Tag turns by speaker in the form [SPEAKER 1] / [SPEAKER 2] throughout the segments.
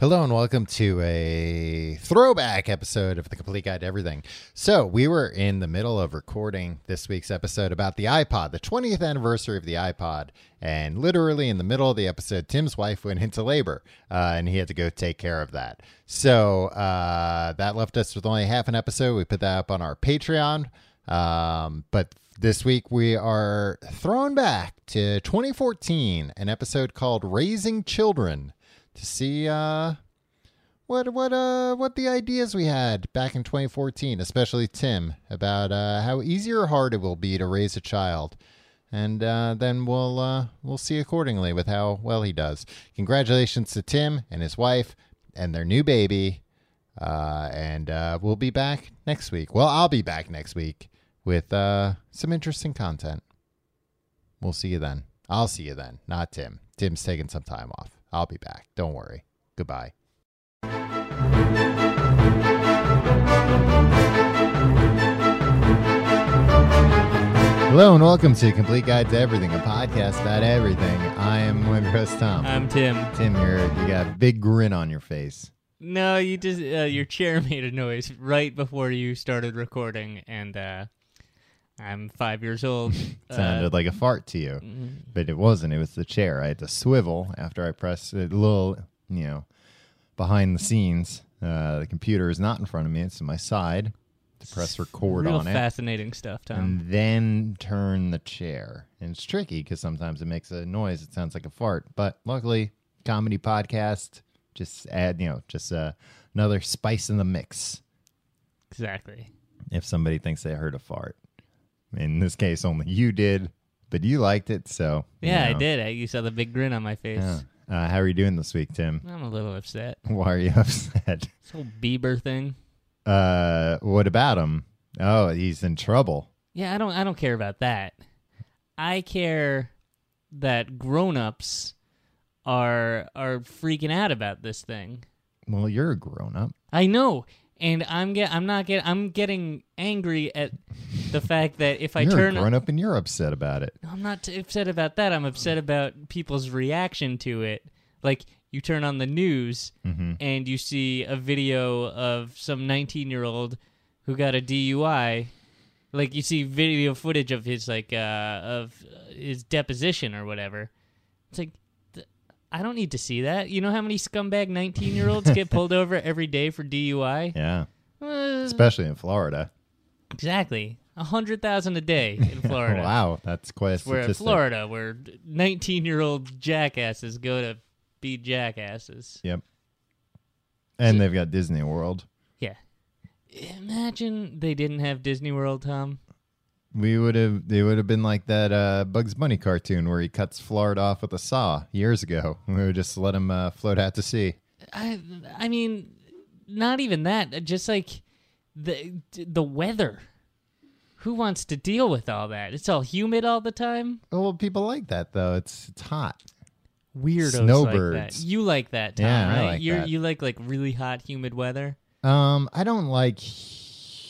[SPEAKER 1] Hello and welcome to a throwback episode of The Complete Guide to Everything. So, we were in the middle of recording this week's episode about the iPod, the 20th anniversary of the iPod. And literally in the middle of the episode, Tim's wife went into labor uh, and he had to go take care of that. So, uh, that left us with only half an episode. We put that up on our Patreon. Um, but this week we are thrown back to 2014, an episode called Raising Children to see uh what what uh what the ideas we had back in 2014, especially Tim about uh, how easy or hard it will be to raise a child, and uh, then we'll uh, we'll see accordingly with how well he does. Congratulations to Tim and his wife and their new baby, uh, and uh, we'll be back next week. Well, I'll be back next week with uh, some interesting content. We'll see you then. I'll see you then, not Tim. Tim's taking some time off. I'll be back. Don't worry. Goodbye. Hello and welcome to Complete Guide to Everything, a podcast about everything. I am one of your host, Tom.
[SPEAKER 2] I'm Tim.
[SPEAKER 1] Tim, you're, you got a big grin on your face.
[SPEAKER 2] No, you just uh, your chair made a noise right before you started recording, and uh, I'm five years old.
[SPEAKER 1] sounded
[SPEAKER 2] uh, Mm-hmm.
[SPEAKER 1] like a fart to you, but it wasn't. It was the chair. I had to swivel after I pressed a little, you know, behind the scenes. Uh, the computer is not in front of me; it's to my side. To press record
[SPEAKER 2] real
[SPEAKER 1] on it,
[SPEAKER 2] fascinating stuff, Tom.
[SPEAKER 1] and then turn the chair. And it's tricky because sometimes it makes a noise. It sounds like a fart, but luckily, comedy podcast just add, you know, just uh, another spice in the mix.
[SPEAKER 2] exactly.
[SPEAKER 1] If somebody thinks they heard a fart, in this case, only you did, but you liked it, so you
[SPEAKER 2] Yeah,
[SPEAKER 1] know.
[SPEAKER 2] I did. I, you saw the big grin on my face.
[SPEAKER 1] Yeah. Uh, how are you doing this week, Tim?
[SPEAKER 2] I'm a little upset.
[SPEAKER 1] Why are you upset?
[SPEAKER 2] This whole Bieber thing.
[SPEAKER 1] Uh, what about him? Oh, he's in trouble.
[SPEAKER 2] Yeah, I don't. I don't care about that. I care that grown-ups are are freaking out about this thing.
[SPEAKER 1] Well, you're a grown up.
[SPEAKER 2] I know, and I'm get I'm not get I'm getting angry at the fact that if I
[SPEAKER 1] you're
[SPEAKER 2] turn
[SPEAKER 1] a grown up, and you're upset about it.
[SPEAKER 2] No, I'm not t- upset about that. I'm upset about people's reaction to it. Like you turn on the news
[SPEAKER 1] Mm-hmm.
[SPEAKER 2] and you see a video of some 19 year old who got a DUI. Like you see video footage of his like uh, of uh, his deposition or whatever. It's like th- I don't need to see that. You know how many scumbag 19 year olds get pulled over every day for DUI?
[SPEAKER 1] Yeah,
[SPEAKER 2] Uh,
[SPEAKER 1] especially in Florida.
[SPEAKER 2] exactly. A hundred thousand a day in Florida.
[SPEAKER 1] Wow, that's quite a
[SPEAKER 2] We're in
[SPEAKER 1] statistic.
[SPEAKER 2] Florida, where 19 year old jackasses go to be jackasses.
[SPEAKER 1] Yep. And they've got Disney World.
[SPEAKER 2] Yeah. Imagine they didn't have Disney World, Tom.
[SPEAKER 1] We would have. They would have been like that uh, Bugs Bunny cartoon where he cuts Florida off with a saw years ago. We would just let him uh, float out to sea.
[SPEAKER 2] I, I mean, not even that. Just like the the weather. Who wants to deal with all that? It's all humid all the time.
[SPEAKER 1] Well, people like that though. It's it's hot.
[SPEAKER 2] Weirdos like that.
[SPEAKER 1] Snowbirds.
[SPEAKER 2] You like that, Tom?
[SPEAKER 1] Yeah, I
[SPEAKER 2] right?
[SPEAKER 1] like
[SPEAKER 2] you
[SPEAKER 1] that.
[SPEAKER 2] you like like really hot, humid weather.
[SPEAKER 1] Um, I don't like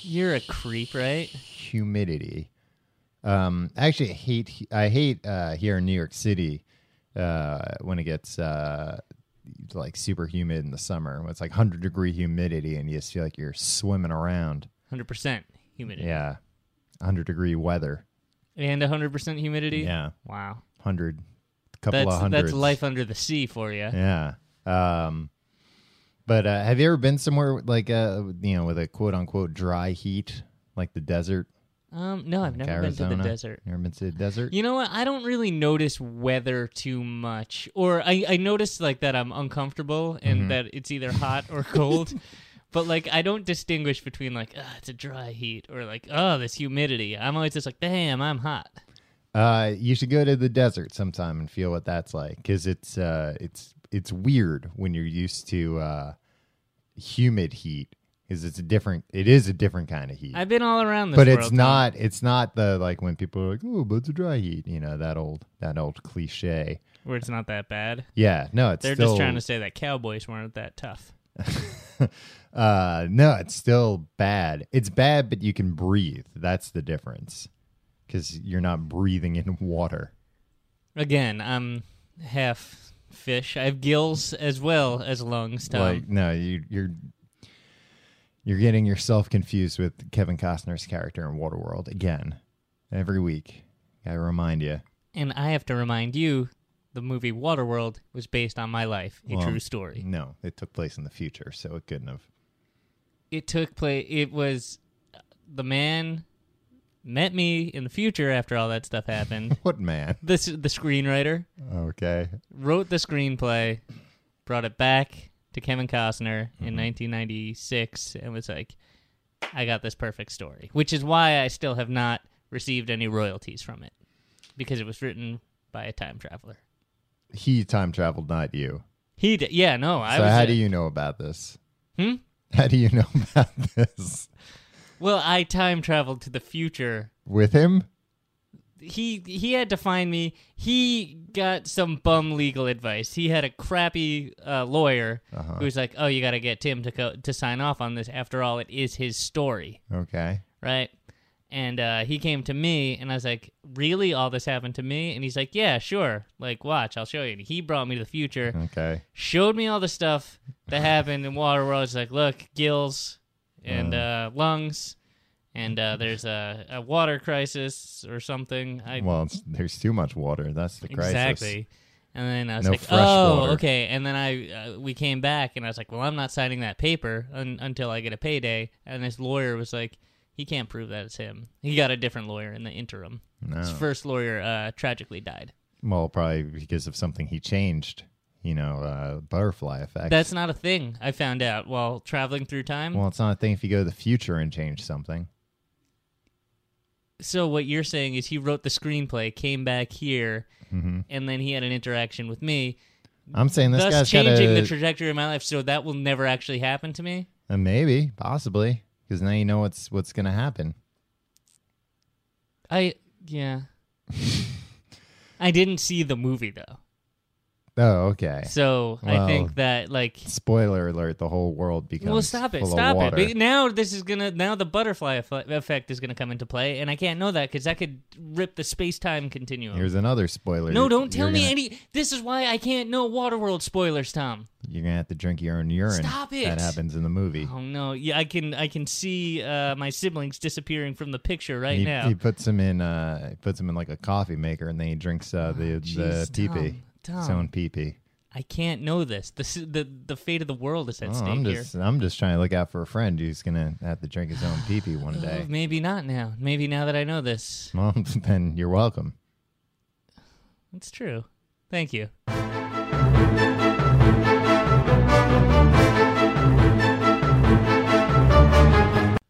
[SPEAKER 2] You're a creep, right?
[SPEAKER 1] humidity. Um, actually, I hate I hate uh, here in New York City uh, when it gets uh, like super humid in the summer. When it's like hundred degree humidity, and you just feel like you're swimming around.
[SPEAKER 2] Hundred percent humidity
[SPEAKER 1] Yeah, hundred degree weather.
[SPEAKER 2] and hundred percent humidity.
[SPEAKER 1] Yeah,
[SPEAKER 2] Wow.
[SPEAKER 1] hundred, couple
[SPEAKER 2] That's
[SPEAKER 1] of hundreds.
[SPEAKER 2] that's life under the sea for you.
[SPEAKER 1] Yeah. Um, but uh, have you ever been somewhere with, like uh, you know with a quote unquote dry heat like the desert?
[SPEAKER 2] Um, no, I've never
[SPEAKER 1] Arizona?
[SPEAKER 2] been to the desert.
[SPEAKER 1] You ever been to the desert?
[SPEAKER 2] You know what? I don't really notice weather too
[SPEAKER 1] Mm-hmm.
[SPEAKER 2] much, or I I notice like that I'm uncomfortable and that it's either hot or cold, But like, I don't distinguish between like, ah, it's a dry heat or like, oh, this humidity. I'm always just like, damn, I'm hot.
[SPEAKER 1] Uh, you should go to the desert sometime and feel what that's like because it's uh, it's it's weird when you're used to uh, humid heat. Is it's a different? It is a different kind of heat,
[SPEAKER 2] I've been all around this,
[SPEAKER 1] but it's
[SPEAKER 2] world, Tom.
[SPEAKER 1] not. It's not the like when people are like, "Oh, but it's a dry heat." You know that old that old cliche.
[SPEAKER 2] where it's not that bad.
[SPEAKER 1] Yeah, no, it's
[SPEAKER 2] They're
[SPEAKER 1] still,
[SPEAKER 2] just trying to say that cowboys weren't that tough.
[SPEAKER 1] uh, no, it's still bad. It's bad, but you can breathe. That's the difference because you're not breathing in water.
[SPEAKER 2] Again, I'm half fish. I have gills as well as lungs. Tom.
[SPEAKER 1] Like no, you, you're you're getting yourself confused with Kevin Costner's character in Waterworld again. Every week, I remind you.
[SPEAKER 2] and I have to remind you, the movie Waterworld was based on my life, a
[SPEAKER 1] Well,
[SPEAKER 2] true story.
[SPEAKER 1] No, it took place in the future, so it couldn't have.
[SPEAKER 2] it took place. It was uh, the man met me in the future after all that stuff happened.
[SPEAKER 1] What man?
[SPEAKER 2] this the screenwriter
[SPEAKER 1] Okay,
[SPEAKER 2] wrote the screenplay, brought it back to Kevin Costner
[SPEAKER 1] Mm-hmm.
[SPEAKER 2] in 1996, and was like, "I got this perfect story," which is why I still have not received any royalties from it because it was written by a time traveler.
[SPEAKER 1] he time traveled, not you.
[SPEAKER 2] He did, yeah, no, I
[SPEAKER 1] so
[SPEAKER 2] was.
[SPEAKER 1] how
[SPEAKER 2] a-
[SPEAKER 1] do you know about this?
[SPEAKER 2] Hmm?
[SPEAKER 1] How do you know about this
[SPEAKER 2] Well, I time traveled to the future
[SPEAKER 1] with him?
[SPEAKER 2] he he had to find me. He got some bum legal advice. He had a crappy uh, lawyer
[SPEAKER 1] Uh-huh.
[SPEAKER 2] who was like, "Oh, you got to get Tim to co- to sign off on this. After all, it is his story,
[SPEAKER 1] Okay.
[SPEAKER 2] right?" And uh, he came to me, and I was like, "Really, all this happened to me?" And he's like, "Yeah, sure. Like, watch, I'll show you." And he brought me to the future,
[SPEAKER 1] Okay.
[SPEAKER 2] showed me all the stuff that happened in Waterworld. It's like, look, gills and uh, lungs, and uh, there's a, a water crisis or something. I
[SPEAKER 1] Well, it's, there's too much water. That's the crisis.
[SPEAKER 2] Exactly. And then I was
[SPEAKER 1] No
[SPEAKER 2] like,
[SPEAKER 1] fresh
[SPEAKER 2] "Oh,
[SPEAKER 1] water."
[SPEAKER 2] okay." And then I uh, we came back, and I was like, "Well, I'm not signing that paper un- until I get a payday." And this lawyer was like, "He can't prove that it's him. He got a different lawyer in the interim. His
[SPEAKER 1] No.
[SPEAKER 2] first lawyer uh, tragically died.
[SPEAKER 1] Well, probably because of something he changed. You know, uh, butterfly effect.
[SPEAKER 2] That's not a thing. I found out while traveling through time.
[SPEAKER 1] well, it's not a thing if you go to the future and change something.
[SPEAKER 2] so what you're saying is he wrote the screenplay, came back here, and then he had an interaction with me,
[SPEAKER 1] I'm saying Mm-hmm. this
[SPEAKER 2] thus
[SPEAKER 1] guy's
[SPEAKER 2] changing
[SPEAKER 1] got
[SPEAKER 2] the
[SPEAKER 1] a,
[SPEAKER 2] trajectory of my life. So that will never actually happen to me.
[SPEAKER 1] a Uh, maybe, possibly, because now you know what's what's going to happen.
[SPEAKER 2] I yeah. I didn't see the movie though,
[SPEAKER 1] Oh, okay.
[SPEAKER 2] so I
[SPEAKER 1] Well,
[SPEAKER 2] think that like.
[SPEAKER 1] Spoiler alert: the whole world becomes
[SPEAKER 2] Well, stop it!
[SPEAKER 1] full of
[SPEAKER 2] Stop it!
[SPEAKER 1] water.
[SPEAKER 2] But now this is gonna now the butterfly eff- effect is gonna come into play, and I can't know that because that could rip the space time continuum.
[SPEAKER 1] Here's another spoiler.
[SPEAKER 2] no, don't tell
[SPEAKER 1] You're
[SPEAKER 2] me
[SPEAKER 1] gonna-
[SPEAKER 2] any. This is why I can't know Waterworld spoilers, Tom.
[SPEAKER 1] You're gonna have to drink your own urine.
[SPEAKER 2] Stop it.
[SPEAKER 1] That happens in the movie.
[SPEAKER 2] Oh no! Yeah, I can I can see uh, my siblings disappearing from the picture right
[SPEAKER 1] he,
[SPEAKER 2] now.
[SPEAKER 1] he puts him in. Uh, he puts him in like a coffee maker, and then he drinks uh, the the
[SPEAKER 2] Oh, jeez,
[SPEAKER 1] pee pee,
[SPEAKER 2] Tom,
[SPEAKER 1] his
[SPEAKER 2] Tom.
[SPEAKER 1] own pee pee.
[SPEAKER 2] I can't know this. The s- the the fate of the world is at
[SPEAKER 1] Oh,
[SPEAKER 2] stake
[SPEAKER 1] I'm
[SPEAKER 2] here.
[SPEAKER 1] just I'm just trying to look out for a friend who's gonna have to drink his own pee pee one
[SPEAKER 2] Oh,
[SPEAKER 1] day.
[SPEAKER 2] maybe not now. Maybe now that I know this.
[SPEAKER 1] Well, then you're welcome.
[SPEAKER 2] It's true. Thank you.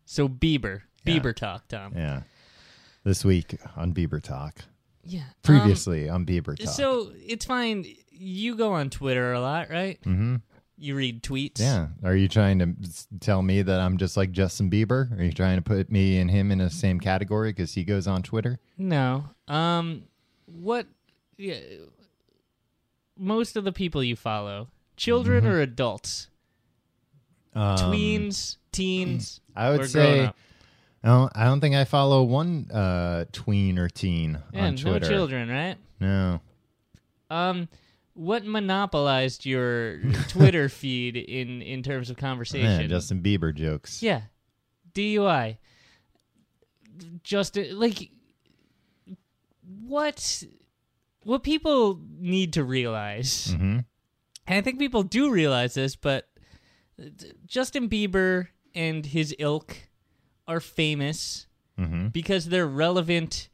[SPEAKER 2] So Bieber.
[SPEAKER 1] Yeah.
[SPEAKER 2] Bieber talk, Tom. Yeah.
[SPEAKER 1] Yeah. This week on Bieber Talk. Previously on Bieber
[SPEAKER 2] Um,
[SPEAKER 1] Talk.
[SPEAKER 2] so it's fine. You go on Twitter a lot, right?
[SPEAKER 1] hmm
[SPEAKER 2] You read tweets.
[SPEAKER 1] Yeah. Are you trying to s- tell me that I'm just like Justin Bieber? Are you trying to put me and him in the same category because he goes on Twitter?
[SPEAKER 2] No. Um what yeah, most of the people you follow, children or adults?
[SPEAKER 1] Mm-hmm. Um,
[SPEAKER 2] tweens, teens.
[SPEAKER 1] I would
[SPEAKER 2] or
[SPEAKER 1] say-
[SPEAKER 2] grown up?
[SPEAKER 1] I don't, I don't think I follow one uh, tween or teen
[SPEAKER 2] Yeah,
[SPEAKER 1] on
[SPEAKER 2] no
[SPEAKER 1] Twitter.
[SPEAKER 2] children, right?
[SPEAKER 1] No.
[SPEAKER 2] Um, what monopolized your Twitter feed in in terms of conversation?
[SPEAKER 1] Yeah, Justin Bieber jokes.
[SPEAKER 2] Yeah. DUI. Justin, like, what? What people need to realize,
[SPEAKER 1] Mhm.
[SPEAKER 2] and I think people do realize this, but Justin Bieber and his ilk are famous
[SPEAKER 1] Mhm.
[SPEAKER 2] because they're relevant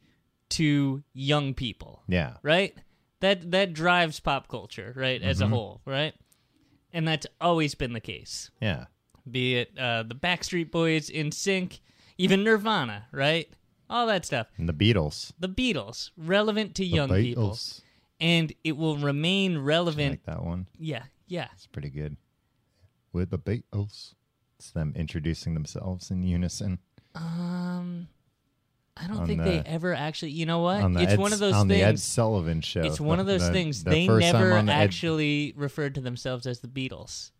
[SPEAKER 2] to young people
[SPEAKER 1] Yeah.
[SPEAKER 2] right? That that
[SPEAKER 1] Mm-hmm.
[SPEAKER 2] drives pop culture, right, as a whole, right? And that's always been the case.
[SPEAKER 1] Yeah.
[SPEAKER 2] be it uh, the Backstreet Boys, In Sync, even Nirvana, right? All that stuff.
[SPEAKER 1] And the Beatles.
[SPEAKER 2] The Beatles, relevant to young
[SPEAKER 1] the
[SPEAKER 2] people,
[SPEAKER 1] Beatles.
[SPEAKER 2] and it will remain
[SPEAKER 1] I
[SPEAKER 2] relevant.
[SPEAKER 1] like that one.
[SPEAKER 2] Yeah, yeah.
[SPEAKER 1] It's pretty good. With the Beatles. It's them introducing themselves in unison
[SPEAKER 2] Um, I don't
[SPEAKER 1] On
[SPEAKER 2] think
[SPEAKER 1] the-
[SPEAKER 2] they ever actually. You know what?
[SPEAKER 1] on the
[SPEAKER 2] It's
[SPEAKER 1] Ed,
[SPEAKER 2] one of those
[SPEAKER 1] on the Ed
[SPEAKER 2] things.
[SPEAKER 1] Sullivan show.
[SPEAKER 2] It's one
[SPEAKER 1] The-
[SPEAKER 2] of those
[SPEAKER 1] the-
[SPEAKER 2] things
[SPEAKER 1] the
[SPEAKER 2] they
[SPEAKER 1] first time
[SPEAKER 2] never
[SPEAKER 1] on the Ed-
[SPEAKER 2] actually referred to themselves as the Beatles.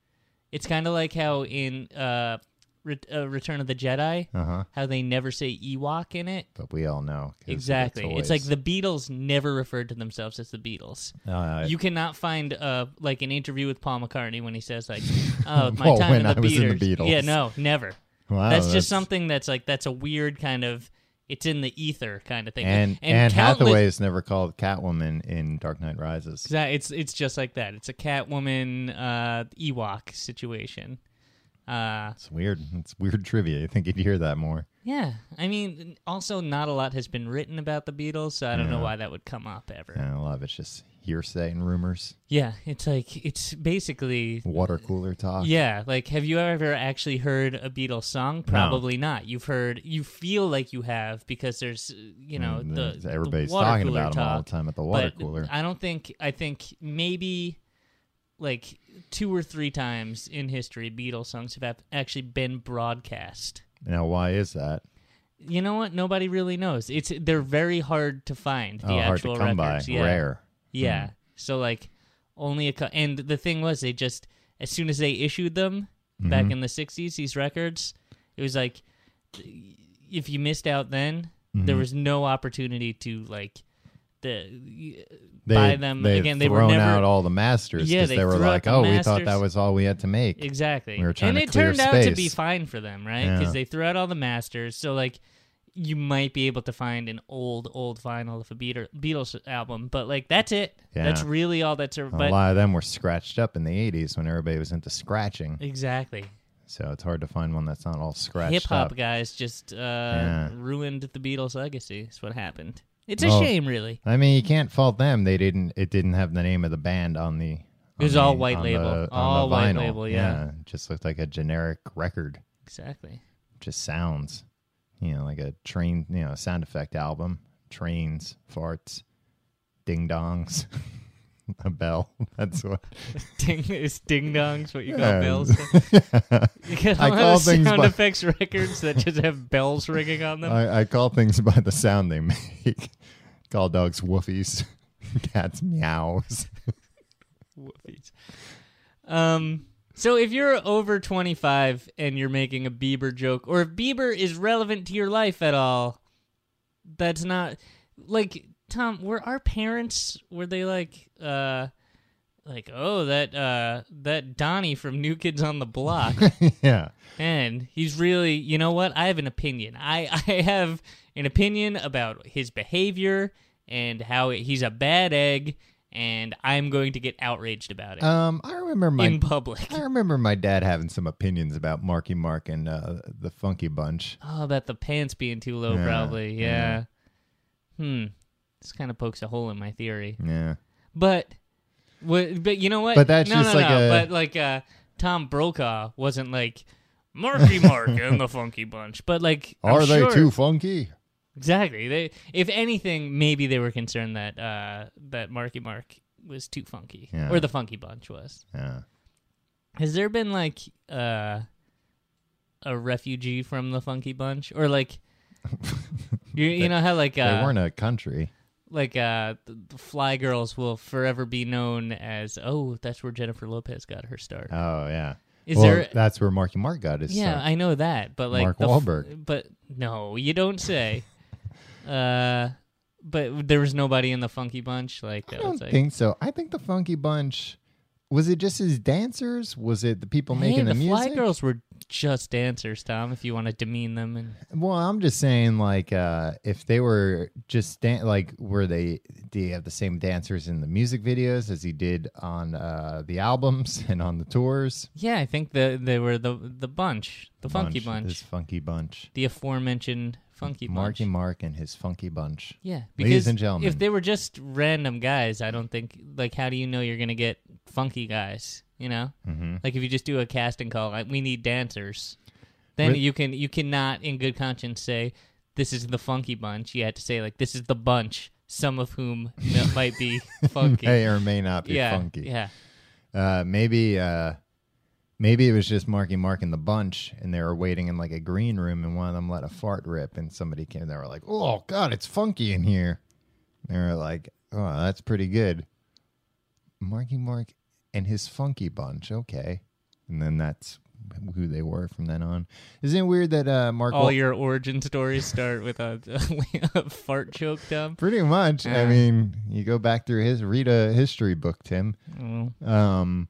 [SPEAKER 2] It's kind of like how in uh, Re- uh, Return of the Jedi,
[SPEAKER 1] Uh-huh.
[SPEAKER 2] how they never say Ewok in it.
[SPEAKER 1] but we all know 'cause
[SPEAKER 2] Exactly.
[SPEAKER 1] always-
[SPEAKER 2] It's like the Beatles never referred to themselves as the Beatles.
[SPEAKER 1] Uh,
[SPEAKER 2] you cannot find uh like an interview with Paul McCartney when he says like, "Oh, my
[SPEAKER 1] Well,
[SPEAKER 2] time
[SPEAKER 1] when
[SPEAKER 2] in, the
[SPEAKER 1] I was in the Beatles.
[SPEAKER 2] Yeah, no, never.
[SPEAKER 1] Wow,
[SPEAKER 2] that's,
[SPEAKER 1] that's-
[SPEAKER 2] just something that's like that's a weird kind of it's in the ether kind of thing.
[SPEAKER 1] and and,
[SPEAKER 2] countless-
[SPEAKER 1] Hathaway is never called Catwoman in Dark Knight Rises.
[SPEAKER 2] Exa- It's it's just like that. It's a Catwoman uh, Ewok situation. Uh,
[SPEAKER 1] It's weird. It's weird trivia. You think you'd hear that more?
[SPEAKER 2] yeah, I mean, also not a lot has been written about the Beatles, so I don't know why that would come up ever. Yeah.
[SPEAKER 1] Yeah, a lot of it's just hearsay and rumors,
[SPEAKER 2] it's like it's basically.
[SPEAKER 1] water cooler talk.
[SPEAKER 2] Yeah, like have you ever actually heard a Beatles song? Probably not. You've heard, you feel like you have because there's, uh, you know,
[SPEAKER 1] And
[SPEAKER 2] the
[SPEAKER 1] there's- Mm, everybody's
[SPEAKER 2] the water
[SPEAKER 1] talking
[SPEAKER 2] cooler
[SPEAKER 1] about 'em all the
[SPEAKER 2] talk.
[SPEAKER 1] time at the water
[SPEAKER 2] but
[SPEAKER 1] cooler.
[SPEAKER 2] I don't think I think maybe like two or three times in history, Beatles songs have ap- actually been broadcast.
[SPEAKER 1] Now, why is that?
[SPEAKER 2] You know what? Nobody really knows. It's they're very hard to find. The
[SPEAKER 1] oh, hard to
[SPEAKER 2] actual
[SPEAKER 1] come
[SPEAKER 2] records,
[SPEAKER 1] by.
[SPEAKER 2] yeah.
[SPEAKER 1] Rare. Hmm.
[SPEAKER 2] Yeah. So like only a cou- and the thing was they just as soon as they issued them
[SPEAKER 1] Mm-hmm.
[SPEAKER 2] back in the 60s these records it was like if you missed out then
[SPEAKER 1] Mm-hmm.
[SPEAKER 2] there was no opportunity to like the
[SPEAKER 1] They,
[SPEAKER 2] buy them
[SPEAKER 1] they've
[SPEAKER 2] again they
[SPEAKER 1] thrown
[SPEAKER 2] were never
[SPEAKER 1] out all the masters
[SPEAKER 2] Yeah,
[SPEAKER 1] because
[SPEAKER 2] they
[SPEAKER 1] they were
[SPEAKER 2] threw out
[SPEAKER 1] like,
[SPEAKER 2] the
[SPEAKER 1] "Oh, we thought that
[SPEAKER 2] masters.
[SPEAKER 1] was all we had to make."
[SPEAKER 2] Exactly.
[SPEAKER 1] We were trying
[SPEAKER 2] and
[SPEAKER 1] to
[SPEAKER 2] it
[SPEAKER 1] clear
[SPEAKER 2] turned out to be
[SPEAKER 1] space.
[SPEAKER 2] fine for them, right?
[SPEAKER 1] Yeah.
[SPEAKER 2] Because they threw out all the masters. So, like, you might be able to find an old, old vinyl of a Beater- Beatles album, but, like, that's it.
[SPEAKER 1] Yeah.
[SPEAKER 2] That's really all that's. A-
[SPEAKER 1] a
[SPEAKER 2] but
[SPEAKER 1] lot of them were scratched up in the '80s when everybody was into scratching,
[SPEAKER 2] exactly.
[SPEAKER 1] so it's hard to find one that's not all scratched
[SPEAKER 2] Hip
[SPEAKER 1] up.
[SPEAKER 2] hop guys just uh,
[SPEAKER 1] Yeah.
[SPEAKER 2] ruined the Beatles' legacy, is what happened. It's a
[SPEAKER 1] Well,
[SPEAKER 2] shame, really.
[SPEAKER 1] I mean, you can't fault them. They didn't. It didn't have the name of the band on the.
[SPEAKER 2] It was
[SPEAKER 1] on
[SPEAKER 2] all
[SPEAKER 1] the-
[SPEAKER 2] white
[SPEAKER 1] on
[SPEAKER 2] label.
[SPEAKER 1] the- on the
[SPEAKER 2] All white
[SPEAKER 1] vinyl.
[SPEAKER 2] label, yeah.
[SPEAKER 1] it just looked like a generic record.
[SPEAKER 2] Exactly.
[SPEAKER 1] Just sounds, you know, like a train, you know, sound effect album. Trains, farts, ding dongs, a bell. That's what
[SPEAKER 2] Ding, it's ding dongs, what you call
[SPEAKER 1] Yeah.
[SPEAKER 2] bells. You got
[SPEAKER 1] I
[SPEAKER 2] a lot
[SPEAKER 1] call
[SPEAKER 2] of
[SPEAKER 1] things
[SPEAKER 2] sound
[SPEAKER 1] by-
[SPEAKER 2] effects records that just have bells ringing on them.
[SPEAKER 1] I, I call things by the sound they make. call dogs woofies, cats meows.
[SPEAKER 2] Woofies. Um. So if you're over 25 and you're making a Bieber joke, or if Bieber is relevant to your life at all, that's not like Tom. Were our parents were they like uh like oh that uh that Donnie from New Kids on the Block
[SPEAKER 1] yeah,
[SPEAKER 2] and he's really you know what I have an opinion. I I have an opinion about his behavior and how he's a bad egg. And I'm going to get outraged about it
[SPEAKER 1] um, I remember my
[SPEAKER 2] in public.
[SPEAKER 1] I remember my dad having some opinions about Marky Mark and uh, the Funky Bunch.
[SPEAKER 2] Oh, about the pants being too low,
[SPEAKER 1] Yeah,
[SPEAKER 2] probably.
[SPEAKER 1] yeah.
[SPEAKER 2] Yeah. Hmm. This kind of pokes a hole in my theory,
[SPEAKER 1] Yeah.
[SPEAKER 2] but what? But you know what?
[SPEAKER 1] But that's
[SPEAKER 2] no,
[SPEAKER 1] just
[SPEAKER 2] no,
[SPEAKER 1] like
[SPEAKER 2] no.
[SPEAKER 1] a-
[SPEAKER 2] But like, uh, Tom Brokaw wasn't like Marky Mark and the Funky Bunch, but like, I'm
[SPEAKER 1] Are they
[SPEAKER 2] sure-
[SPEAKER 1] too funky?
[SPEAKER 2] Exactly. They, if anything, maybe they were concerned that uh, that Marky Mark was too funky,
[SPEAKER 1] Yeah.
[SPEAKER 2] or the Funky Bunch was.
[SPEAKER 1] Yeah.
[SPEAKER 2] Has there been like uh, a refugee from the Funky Bunch, or like you, you know how like
[SPEAKER 1] they
[SPEAKER 2] uh,
[SPEAKER 1] weren't a country.
[SPEAKER 2] like uh, the, the Fly Girls will forever be known as oh that's where Jennifer Lopez got her start.
[SPEAKER 1] Oh yeah.
[SPEAKER 2] Is
[SPEAKER 1] well,
[SPEAKER 2] there-
[SPEAKER 1] That's where Marky Mark got his.
[SPEAKER 2] yeah,
[SPEAKER 1] start.
[SPEAKER 2] I know that, but like
[SPEAKER 1] Mark
[SPEAKER 2] the f-
[SPEAKER 1] Wahlberg.
[SPEAKER 2] but no, you don't say. uh, but there was nobody in the Funky Bunch like
[SPEAKER 1] I
[SPEAKER 2] that was
[SPEAKER 1] don't
[SPEAKER 2] like
[SPEAKER 1] think so. I think the Funky Bunch was it just his dancers? Was it the people
[SPEAKER 2] hey,
[SPEAKER 1] making
[SPEAKER 2] the,
[SPEAKER 1] music?
[SPEAKER 2] Fly Girls were just dancers, Tom. If you want to demean them and
[SPEAKER 1] Well, I'm just saying, like, uh, if they were just dan- like, were they? Do you have the same dancers in the music videos as he did on uh, the albums and on the tours?
[SPEAKER 2] Yeah, I think the they were the the bunch, the funky bunch,
[SPEAKER 1] This funky bunch.
[SPEAKER 2] the aforementioned Funky bunch.
[SPEAKER 1] Marky Mark and his funky bunch.
[SPEAKER 2] Yeah, because
[SPEAKER 1] Ladies and gentlemen.
[SPEAKER 2] if they were just random guys, I don't think like how do you know you're gonna get funky guys? You know, mm-hmm. like if you just do a casting call, like we need dancers, then
[SPEAKER 1] With-
[SPEAKER 2] you can you cannot in good conscience say this is the funky bunch. You had to say like this is the bunch, some of whom m- might be funky.
[SPEAKER 1] May or may not be
[SPEAKER 2] yeah,
[SPEAKER 1] funky.
[SPEAKER 2] yeah,
[SPEAKER 1] Uh, maybe uh, maybe it was just Marky Mark and the bunch, and they were waiting in like a green room, and one of them let a fart rip, and somebody came. They were like, "Oh God, it's funky in here." They were like, "Oh, that's pretty good." Marky Mark and his funky bunch, okay, and then that's who they were from then on. Isn't it weird that uh, Mark?
[SPEAKER 2] all
[SPEAKER 1] Wahl-
[SPEAKER 2] your origin stories start with a, a fart joke dump.
[SPEAKER 1] Pretty much. I mean, you go back through his read a history book, Tim. Um,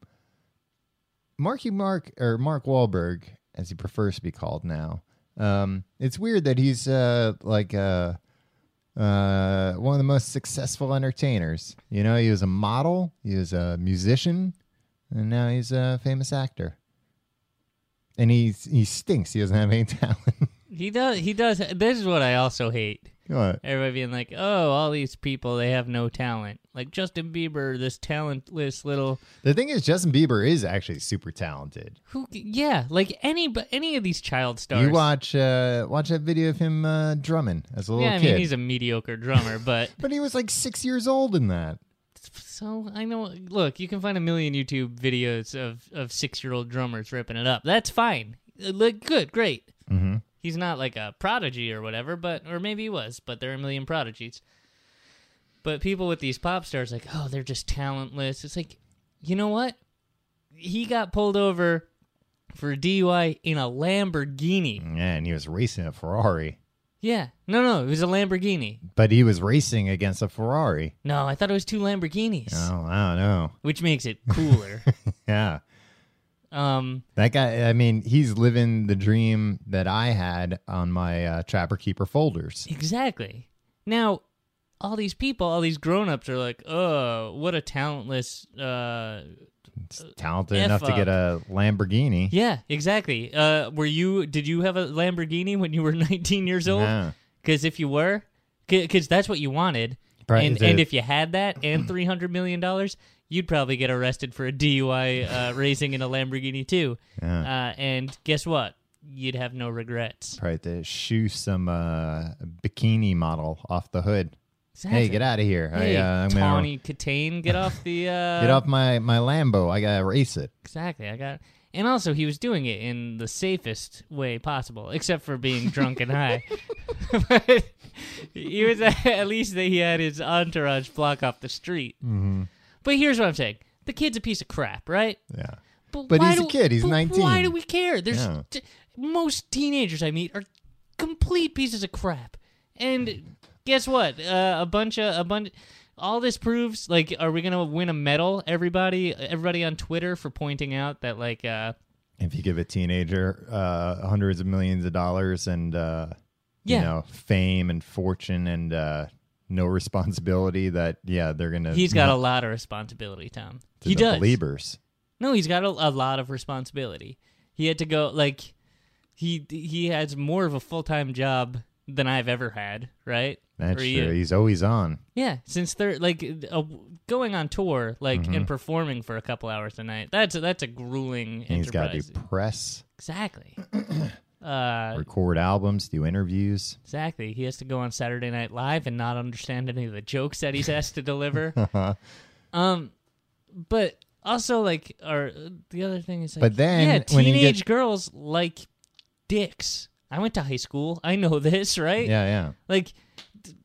[SPEAKER 1] Marky Mark or Mark Wahlberg, as he prefers to be called now. Um, it's weird that he's uh like uh uh one of the most successful entertainers. You know, he was a model, he was a musician, and now he's a famous actor. And he's he stinks. He doesn't have any talent.
[SPEAKER 2] He does. He does. This is what I also hate.
[SPEAKER 1] What?
[SPEAKER 2] Everybody being like, "Oh, all these people, they have no talent." Like Justin Bieber, this talentless little
[SPEAKER 1] The thing is, Justin Bieber is actually super talented.
[SPEAKER 2] who, yeah, like any but any of these child stars.
[SPEAKER 1] You watch uh, watch that video of him uh, drumming as a little
[SPEAKER 2] yeah, I
[SPEAKER 1] kid.
[SPEAKER 2] mean, he's a mediocre drummer, but
[SPEAKER 1] but he was like six years old in that.
[SPEAKER 2] so I know. Look, you can find a million YouTube videos of of six year old drummers ripping it up. That's fine. Uh, Look good, great. Mm-hmm. He's not like a prodigy or whatever, but or maybe he was, but there are a million prodigies. But people with these pop stars, like, oh, they're just talentless. It's like, you know what? He got pulled over for DUI in a Lamborghini.
[SPEAKER 1] Yeah, and he was racing a Ferrari,
[SPEAKER 2] Yeah, no, no, it was a Lamborghini.
[SPEAKER 1] but he was racing against a Ferrari.
[SPEAKER 2] No, I thought it was two Lamborghinis,
[SPEAKER 1] Oh, I don't know.
[SPEAKER 2] which makes it cooler.
[SPEAKER 1] Yeah,
[SPEAKER 2] um,
[SPEAKER 1] that guy. I mean, he's living the dream that I had on my uh, Trapper Keeper folders.
[SPEAKER 2] Exactly. Now, all these people, all these grown-ups are like, "Oh, what a talentless uh
[SPEAKER 1] It's talented
[SPEAKER 2] F
[SPEAKER 1] enough to
[SPEAKER 2] up.
[SPEAKER 1] get a Lamborghini.
[SPEAKER 2] Yeah, exactly. Uh were you did you have a Lamborghini when you were 19 years old?
[SPEAKER 1] No.
[SPEAKER 2] Cuz if you were cuz that's what you wanted.
[SPEAKER 1] Probably
[SPEAKER 2] and
[SPEAKER 1] the-
[SPEAKER 2] and if you had that and 300 million dollars, you'd probably get arrested for a DUI uh racing in a Lamborghini too. Uh and guess what? You'd have no regrets.
[SPEAKER 1] Probably to shoo some uh, bikini model off the hood. Hey,
[SPEAKER 2] Exactly.
[SPEAKER 1] get out of here! I,
[SPEAKER 2] Hey,
[SPEAKER 1] uh, I'm gonna-
[SPEAKER 2] Tawny Katane, get off the uh
[SPEAKER 1] Get off my my Lambo. I gotta race it.
[SPEAKER 2] Exactly. I got. And also, he was doing it in the safest way possible, except for being drunk and high. but he was at least that he had his entourage block off the street. Mm-hmm. But here's what I'm saying: the kid's a piece of crap, right?
[SPEAKER 1] Yeah. But
[SPEAKER 2] why
[SPEAKER 1] he's a
[SPEAKER 2] do-
[SPEAKER 1] kid. He's
[SPEAKER 2] but
[SPEAKER 1] 19.
[SPEAKER 2] Why do we care? There's
[SPEAKER 1] Yeah.
[SPEAKER 2] t- most teenagers I meet are complete pieces of crap. And guess what? Uh, a bunch of a bunch. All this proves like, are we gonna win a medal? Everybody, everybody on Twitter for pointing out that like, uh,
[SPEAKER 1] If you give a teenager uh, hundreds of millions of dollars and uh,
[SPEAKER 2] Yeah.
[SPEAKER 1] you know fame and fortune and uh, no responsibility, that yeah, they're gonna.
[SPEAKER 2] he's got a lot of responsibility. Tom,
[SPEAKER 1] to
[SPEAKER 2] he
[SPEAKER 1] the
[SPEAKER 2] does.
[SPEAKER 1] Believers.
[SPEAKER 2] No, he's got a, a lot of responsibility. He had to go like he he has more of a full time job than I've ever had, right?
[SPEAKER 1] That's
[SPEAKER 2] Or
[SPEAKER 1] true.
[SPEAKER 2] you.
[SPEAKER 1] He's always on.
[SPEAKER 2] Yeah, since they're like uh, going on tour, like
[SPEAKER 1] Mm-hmm.
[SPEAKER 2] and performing for a couple hours a night. That's a, that's a grueling
[SPEAKER 1] And he's got to
[SPEAKER 2] enterprise.
[SPEAKER 1] do press,
[SPEAKER 2] exactly. uh,
[SPEAKER 1] record albums, do interviews.
[SPEAKER 2] exactly. He has to go on Saturday Night Live and not understand any of the jokes that he's asked to deliver.
[SPEAKER 1] Uh-huh.
[SPEAKER 2] um, but also like, or the other thing is like,
[SPEAKER 1] But then
[SPEAKER 2] yeah,
[SPEAKER 1] when you
[SPEAKER 2] teenage
[SPEAKER 1] get-
[SPEAKER 2] girls like dicks. I went to high school. I know this, right?
[SPEAKER 1] Yeah, yeah.
[SPEAKER 2] Like, d-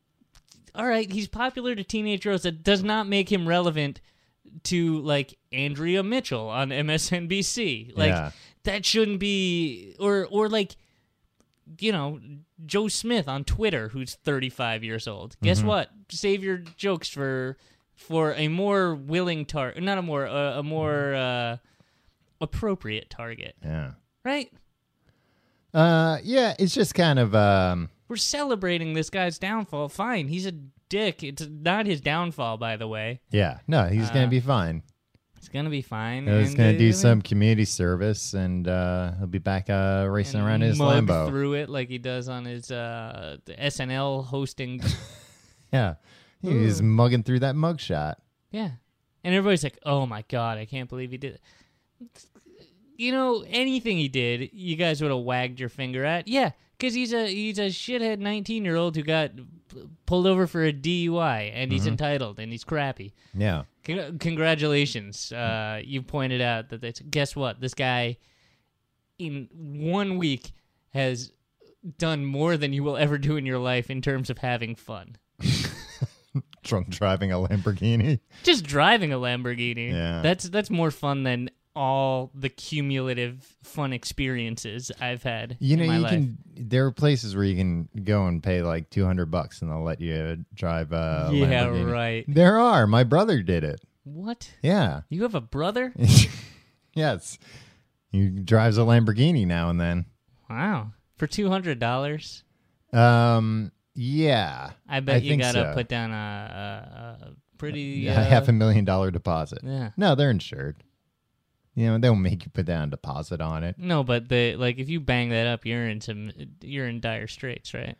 [SPEAKER 2] all right, he's popular to teenage girls. That does not make him relevant to like Andrea Mitchell on MSNBC. Like
[SPEAKER 1] Yeah.
[SPEAKER 2] that shouldn't be, or or like, you know, Joe Smith on Twitter, who's thirty five years old. Guess what? Save your jokes for for a more willing target, not a more uh, a more uh, appropriate target,
[SPEAKER 1] Yeah.
[SPEAKER 2] right?
[SPEAKER 1] Uh, yeah, it's just kind of um,
[SPEAKER 2] we're celebrating this guy's downfall. Fine, he's a dick. It's not his downfall, by the way.
[SPEAKER 1] yeah. No, he's gonna be fine.
[SPEAKER 2] It's gonna be fine.
[SPEAKER 1] I was
[SPEAKER 2] Uh, and
[SPEAKER 1] going to
[SPEAKER 2] it-
[SPEAKER 1] do
[SPEAKER 2] it'll
[SPEAKER 1] some community service, and uh, he'll be back uh, racing around in his
[SPEAKER 2] mug
[SPEAKER 1] Lambo.
[SPEAKER 2] through it like he does on his uh, the SNL hosting.
[SPEAKER 1] Yeah, he's mugging through that mugshot.
[SPEAKER 2] yeah, and everybody's like, "Oh my god, I can't believe he did." it." You know, anything he did, you guys would have wagged your finger at. Yeah, because he's a he's a shithead nineteen year old who got p- pulled over for a DUI,
[SPEAKER 1] Mm-hmm.
[SPEAKER 2] and he's entitled, and he's crappy.
[SPEAKER 1] Yeah,
[SPEAKER 2] Con- congratulations. Uh, you pointed out that they guess what? This guy in one week has done more than you will ever do in your life in terms of having fun.
[SPEAKER 1] drunk driving a Lamborghini.
[SPEAKER 2] Just driving a Lamborghini.
[SPEAKER 1] Yeah.
[SPEAKER 2] That's that's more fun than all the cumulative fun experiences I've had.
[SPEAKER 1] You know,
[SPEAKER 2] in my
[SPEAKER 1] you
[SPEAKER 2] life.
[SPEAKER 1] can. There are places where you can go and pay like two hundred bucks, and they'll let you drive a.
[SPEAKER 2] Yeah,
[SPEAKER 1] Lamborghini.
[SPEAKER 2] right.
[SPEAKER 1] There are. My brother did it.
[SPEAKER 2] What?
[SPEAKER 1] Yeah.
[SPEAKER 2] You have a brother?
[SPEAKER 1] Yes. He drives a Lamborghini now and then.
[SPEAKER 2] wow. For two hundred dollars,
[SPEAKER 1] Um. Yeah.
[SPEAKER 2] I bet you
[SPEAKER 1] think
[SPEAKER 2] gotta
[SPEAKER 1] so.
[SPEAKER 2] put down a, a, a pretty
[SPEAKER 1] a
[SPEAKER 2] uh,
[SPEAKER 1] half a million dollar deposit.
[SPEAKER 2] Yeah.
[SPEAKER 1] No, they're insured. You know, they'll make you put down a deposit on it.
[SPEAKER 2] No, but the like if you bang that up, you're in some you're in dire straits, right?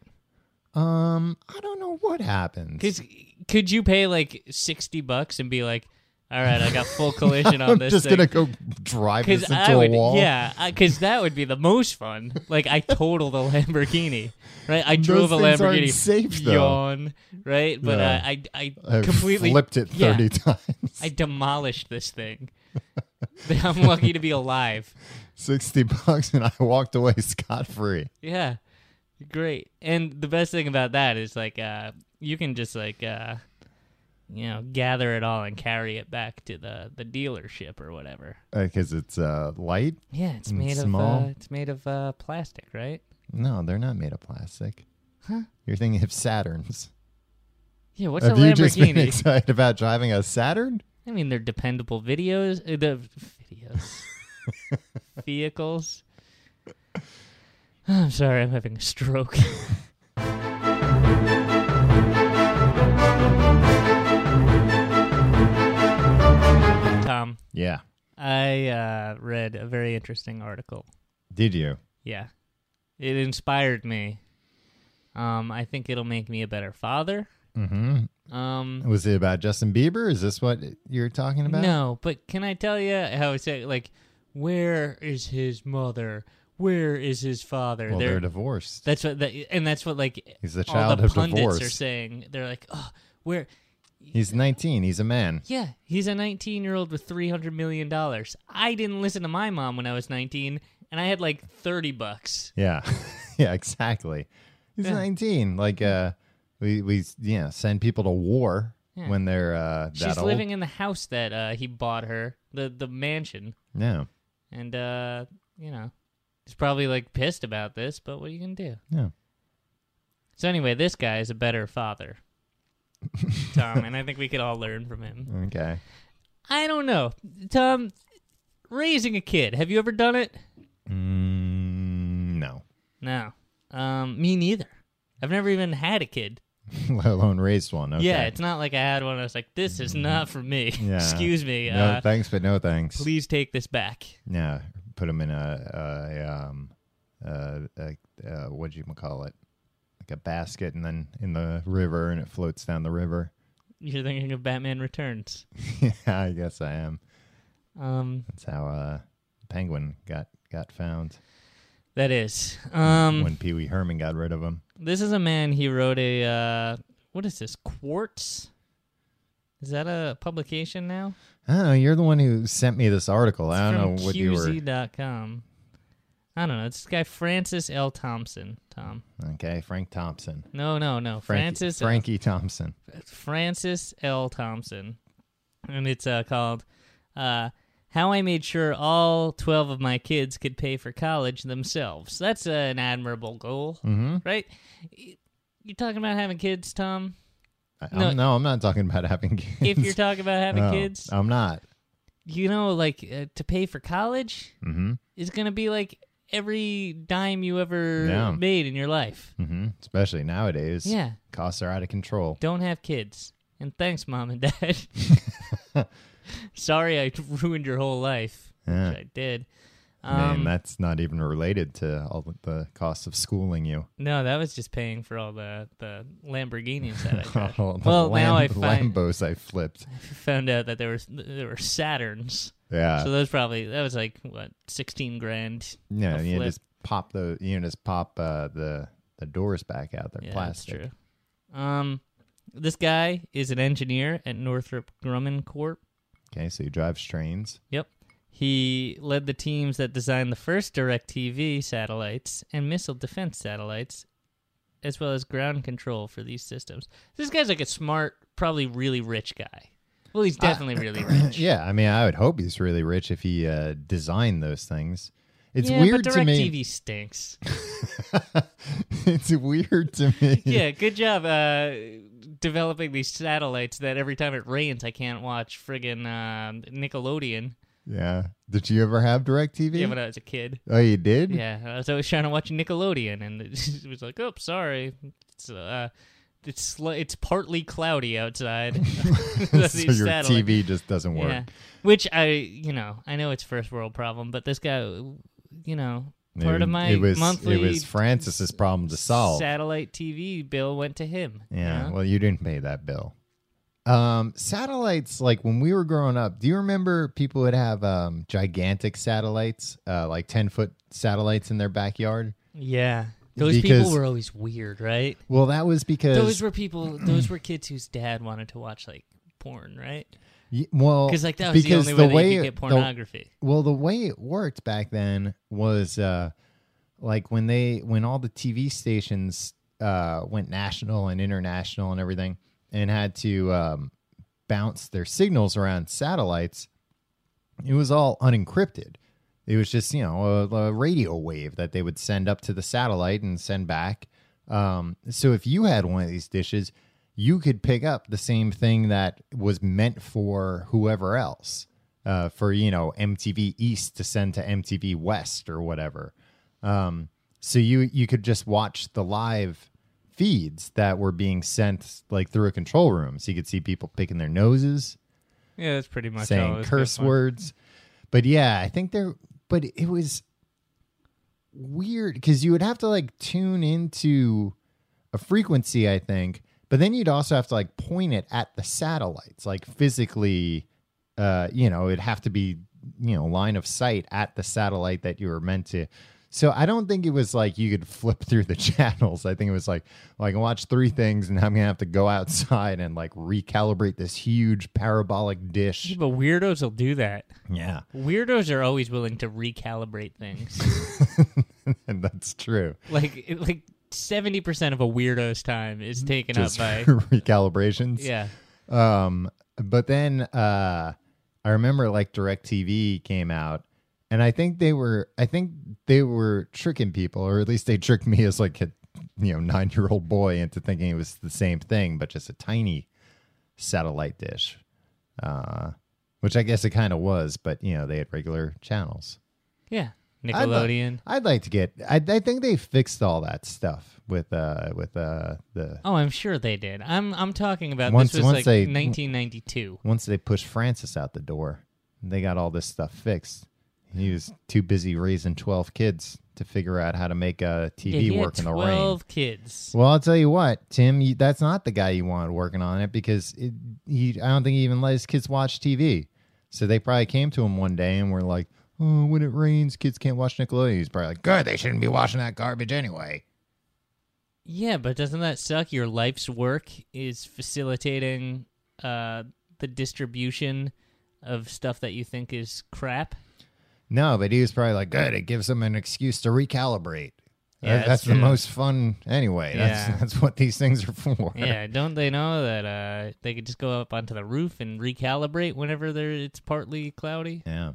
[SPEAKER 1] Um, I don't know what happens.
[SPEAKER 2] Cuz could you pay like 60 bucks and be like, "All right, I got full collision on
[SPEAKER 1] I'm
[SPEAKER 2] this
[SPEAKER 1] just
[SPEAKER 2] thing."
[SPEAKER 1] gonna go drive this into
[SPEAKER 2] I would,
[SPEAKER 1] a wall.
[SPEAKER 2] yeah, because that would be the most fun. Like I totaled a Lamborghini, right? I drove a
[SPEAKER 1] things aren't
[SPEAKER 2] Lamborghini.
[SPEAKER 1] safe, though.
[SPEAKER 2] Yawn, right? But
[SPEAKER 1] Yeah.
[SPEAKER 2] uh, I, I,
[SPEAKER 1] I
[SPEAKER 2] completely
[SPEAKER 1] flipped it
[SPEAKER 2] yeah.
[SPEAKER 1] thirty times.
[SPEAKER 2] I demolished this thing. I'm lucky to be alive.
[SPEAKER 1] Sixty bucks, and I walked away scot free.
[SPEAKER 2] Yeah. Great. And the best thing about that is like uh you can just like uh you know, gather it all and carry it back to the the dealership or whatever.
[SPEAKER 1] Because it's uh, light.
[SPEAKER 2] Yeah, it's
[SPEAKER 1] And
[SPEAKER 2] made of
[SPEAKER 1] small.
[SPEAKER 2] uh, it's made of uh plastic, right?
[SPEAKER 1] No, they're not made of plastic. Huh? You're thinking of Saturns.
[SPEAKER 2] Yeah, what's
[SPEAKER 1] Have
[SPEAKER 2] a
[SPEAKER 1] you just been
[SPEAKER 2] Lamborghini?
[SPEAKER 1] excited about driving a Saturn?
[SPEAKER 2] I mean, they're dependable videos, uh, the videos. vehicles. I'm sorry, I'm having a stroke. Tom,
[SPEAKER 1] Yeah.
[SPEAKER 2] I uh, read a very interesting article.
[SPEAKER 1] Did you?
[SPEAKER 2] Yeah. It inspired me. Um, I think it'll make me a better father.
[SPEAKER 1] Mm-hmm.
[SPEAKER 2] Um,
[SPEAKER 1] Was it about Justin Bieber? Is this what you're talking about?
[SPEAKER 2] No, but can I tell you how it's uh, like? Where is his mother? Where is his father?
[SPEAKER 1] Well,
[SPEAKER 2] They're-
[SPEAKER 1] they're, divorced.
[SPEAKER 2] that's what, that, and that's what like
[SPEAKER 1] He's the
[SPEAKER 2] all
[SPEAKER 1] child
[SPEAKER 2] the
[SPEAKER 1] of
[SPEAKER 2] pundits are
[SPEAKER 1] divorce.
[SPEAKER 2] saying. They're like, oh, where?
[SPEAKER 1] He's 19. He's a man.
[SPEAKER 2] Yeah, he's a 19 year old with 300 million dollars. I didn't listen to my mom when I was 19, and I had like 30 bucks.
[SPEAKER 1] Yeah. yeah, exactly. He's
[SPEAKER 2] Yeah.
[SPEAKER 1] 19. Like uh we we yeah, send people to war
[SPEAKER 2] Yeah.
[SPEAKER 1] when they're uh that
[SPEAKER 2] She's
[SPEAKER 1] old.
[SPEAKER 2] living in the house that uh, he bought her, the the mansion,
[SPEAKER 1] no.
[SPEAKER 2] and uh, you know, he's probably like pissed about this. But what are you gonna do?
[SPEAKER 1] No.
[SPEAKER 2] So anyway, this guy is a better father, Tom, and I think we could all learn from him.
[SPEAKER 1] Okay.
[SPEAKER 2] I don't know, Tom. Raising a kid, have you ever done it?
[SPEAKER 1] Mm, no.
[SPEAKER 2] No, um, me neither. I've never even had a kid.
[SPEAKER 1] Let alone raised one. Okay.
[SPEAKER 2] Yeah, it's not like I had one. I was like, this is not for me.
[SPEAKER 1] Yeah.
[SPEAKER 2] Excuse me.
[SPEAKER 1] No
[SPEAKER 2] uh,
[SPEAKER 1] thanks, but no thanks.
[SPEAKER 2] please take this back.
[SPEAKER 1] Yeah. Put him in a, a um uh, a, uh what do you call it? Like a basket and then in the river and it floats down the river.
[SPEAKER 2] You're thinking of Batman Returns.
[SPEAKER 1] yeah, I guess I am.
[SPEAKER 2] Um,
[SPEAKER 1] That's how uh, Penguin got got found
[SPEAKER 2] that is. Um,
[SPEAKER 1] when Pee Wee Herman got rid of him.
[SPEAKER 2] This is a man. He wrote a uh, what is this? Quartz. Is that a publication now?
[SPEAKER 1] I don't know. You're the one who sent me this article. I
[SPEAKER 2] It's
[SPEAKER 1] don't
[SPEAKER 2] from
[SPEAKER 1] know what you were.
[SPEAKER 2] QZ.com. I don't know. It's this guy Francis L. Thompson. Tom.
[SPEAKER 1] Okay, Frank Thompson.
[SPEAKER 2] No, no, no.
[SPEAKER 1] Frankie,
[SPEAKER 2] Francis uh,
[SPEAKER 1] Frankie Thompson.
[SPEAKER 2] Francis L. Thompson, and it's uh, called uh, "How I Made Sure All Twelve of My Kids Could Pay for College Themselves." That's uh, an admirable goal, mm-hmm. right? Y- You're talking about having kids, Tom.
[SPEAKER 1] I-
[SPEAKER 2] No.
[SPEAKER 1] I'm, no, I'm not talking about having kids.
[SPEAKER 2] If you're talking about having
[SPEAKER 1] No,
[SPEAKER 2] kids,
[SPEAKER 1] I'm not.
[SPEAKER 2] you know, like uh, to pay for college
[SPEAKER 1] Mm-hmm.
[SPEAKER 2] is going to be like every dime you ever
[SPEAKER 1] Yeah.
[SPEAKER 2] made in your life.
[SPEAKER 1] Mm-hmm. Especially nowadays.
[SPEAKER 2] Yeah.
[SPEAKER 1] Costs are out of control.
[SPEAKER 2] Don't have kids. And thanks, mom and dad. Sorry, I ruined your whole life.
[SPEAKER 1] Yeah.
[SPEAKER 2] Which I did.
[SPEAKER 1] Man,
[SPEAKER 2] Um,
[SPEAKER 1] that's not even related to all the- the costs of schooling you.
[SPEAKER 2] no, that was just paying for all the the Lamborghinis that I got.
[SPEAKER 1] All Oh, the
[SPEAKER 2] well, now I
[SPEAKER 1] Lam-
[SPEAKER 2] find,
[SPEAKER 1] Lambos I flipped.
[SPEAKER 2] found out that there was there were Saturns.
[SPEAKER 1] Yeah,
[SPEAKER 2] so those probably that was like what sixteen grand.
[SPEAKER 1] no,
[SPEAKER 2] a
[SPEAKER 1] you
[SPEAKER 2] flip.
[SPEAKER 1] just pop the you just pop uh, the the doors back out. They're
[SPEAKER 2] Yeah,
[SPEAKER 1] plastic.
[SPEAKER 2] that's true. Um, this guy is an engineer at Northrop Grumman Corp.
[SPEAKER 1] Okay, so he drives trains.
[SPEAKER 2] Yep. He led the teams that designed the first DirecTV satellites and missile defense satellites, as well as ground control for these systems. This guy's like a smart, probably really rich guy. Well, he's definitely really rich.
[SPEAKER 1] Yeah, I mean, I would hope he's really rich if he uh, designed those things. It's
[SPEAKER 2] yeah,
[SPEAKER 1] weird
[SPEAKER 2] but
[SPEAKER 1] to me.
[SPEAKER 2] DirecTV stinks.
[SPEAKER 1] it's weird to me.
[SPEAKER 2] yeah, good job uh, developing these satellites that every time it rains, I can't watch friggin' uh, Nickelodeon.
[SPEAKER 1] Yeah. Did you ever have DirecTV?
[SPEAKER 2] Yeah, when I was a kid.
[SPEAKER 1] oh, you did.
[SPEAKER 2] Yeah, I was always trying to watch Nickelodeon, and it was like, "Oh, sorry, it's uh, it's sl- it's partly cloudy outside."
[SPEAKER 1] so your
[SPEAKER 2] These satellites.
[SPEAKER 1] TV just doesn't work.
[SPEAKER 2] yeah. Which I, you know, I know it's first world problem, but this guy, you know,
[SPEAKER 1] Maybe
[SPEAKER 2] part of my
[SPEAKER 1] it was,
[SPEAKER 2] monthly
[SPEAKER 1] It was Francis's problem to solve.
[SPEAKER 2] satellite TV bill went to him. you
[SPEAKER 1] Yeah.
[SPEAKER 2] know?
[SPEAKER 1] Well, you didn't pay that bill. Um, satellites, like when we were growing up, do you remember people would have um, gigantic satellites, uh, like 10 foot satellites in their backyard?
[SPEAKER 2] yeah. Those
[SPEAKER 1] Because-
[SPEAKER 2] people were always weird, right?
[SPEAKER 1] Well, that was because,
[SPEAKER 2] Those were people. Those were kids whose dad wanted to watch like porn, right?
[SPEAKER 1] y- well,
[SPEAKER 2] Because like that was
[SPEAKER 1] because
[SPEAKER 2] the only way
[SPEAKER 1] way
[SPEAKER 2] they could get
[SPEAKER 1] the-
[SPEAKER 2] pornography.
[SPEAKER 1] well, the way it worked back then was uh, like when they when all the TV stations uh, went national and international and everything, and had to um, bounce their signals around satellites. It was all unencrypted. It was just you know a, a radio wave that they would send up to the satellite and send back. Um, so if you had one of these dishes, you could pick up the same thing that was meant for whoever else, uh, for you know MTV East to send to MTV West or whatever. Um, so you you could just watch the live feeds that were being sent like through a control room, so you could see people picking their noses
[SPEAKER 2] Yeah, that's pretty much all
[SPEAKER 1] saying
[SPEAKER 2] that's
[SPEAKER 1] curse
[SPEAKER 2] going on.
[SPEAKER 1] words. But yeah, I think there. But it was weird because you would have to like tune into a frequency, I think. But then you'd also have to like point it at the satellites, like physically. Uh, you know, it'd have to be you know line of sight at the satellite that you were meant to. So I don't think it was like you could flip through the channels. I think it was like, well, I can watch three things, and I'm gonna have to go outside and like recalibrate this huge parabolic dish.
[SPEAKER 2] Yeah, but weirdos will do that.
[SPEAKER 1] Yeah,
[SPEAKER 2] Weirdos are always willing to recalibrate things.
[SPEAKER 1] and that's true.
[SPEAKER 2] like it- like seventy percent of a weirdo's time is taken
[SPEAKER 1] Mm, Just
[SPEAKER 2] up by
[SPEAKER 1] recalibrations.
[SPEAKER 2] yeah.
[SPEAKER 1] Um, but then uh, I remember like DirecTV came out, and I think they were, I think they were tricking people, or at least they tricked me as like a you know nine year old boy into thinking it was the same thing, but just a tiny satellite dish. Uh, which I guess it kind of was, but you know they had regular channels.
[SPEAKER 2] Yeah.
[SPEAKER 1] I'd li-
[SPEAKER 2] Nickelodeon.
[SPEAKER 1] I'd like to get. I, I think they fixed all that stuff with uh with uh the
[SPEAKER 2] Oh, I'm sure they did. I'm I'm talking about
[SPEAKER 1] Once-
[SPEAKER 2] this was
[SPEAKER 1] once
[SPEAKER 2] like
[SPEAKER 1] they-
[SPEAKER 2] 1992.
[SPEAKER 1] once they pushed Francis out the door, they got all this stuff fixed. He was too busy raising twelve kids to figure out how to make a
[SPEAKER 2] Yeah,
[SPEAKER 1] TV
[SPEAKER 2] he had
[SPEAKER 1] work in the rain.
[SPEAKER 2] twelve kids.
[SPEAKER 1] Well, I'll tell you what, Tim, you, that's not the guy you want working on it because it, he, I don't think he even let his kids watch TV. So they probably came to him one day and were like, "Oh, when it rains, kids can't watch Nickelodeon." He's probably like, "Good, they shouldn't be watching that garbage anyway."
[SPEAKER 2] Yeah, but doesn't that suck? Your life's work is facilitating uh, the distribution of stuff that you think is crap.
[SPEAKER 1] No, but he was probably like, good. It gives them an excuse to recalibrate.
[SPEAKER 2] Yeah,
[SPEAKER 1] That-
[SPEAKER 2] that's
[SPEAKER 1] that's the
[SPEAKER 2] true.
[SPEAKER 1] most fun anyway.
[SPEAKER 2] Yeah.
[SPEAKER 1] That's that's what these things are for.
[SPEAKER 2] Yeah, don't they know that uh, they could just go up onto the roof and recalibrate whenever they're, it's partly cloudy?
[SPEAKER 1] Yeah.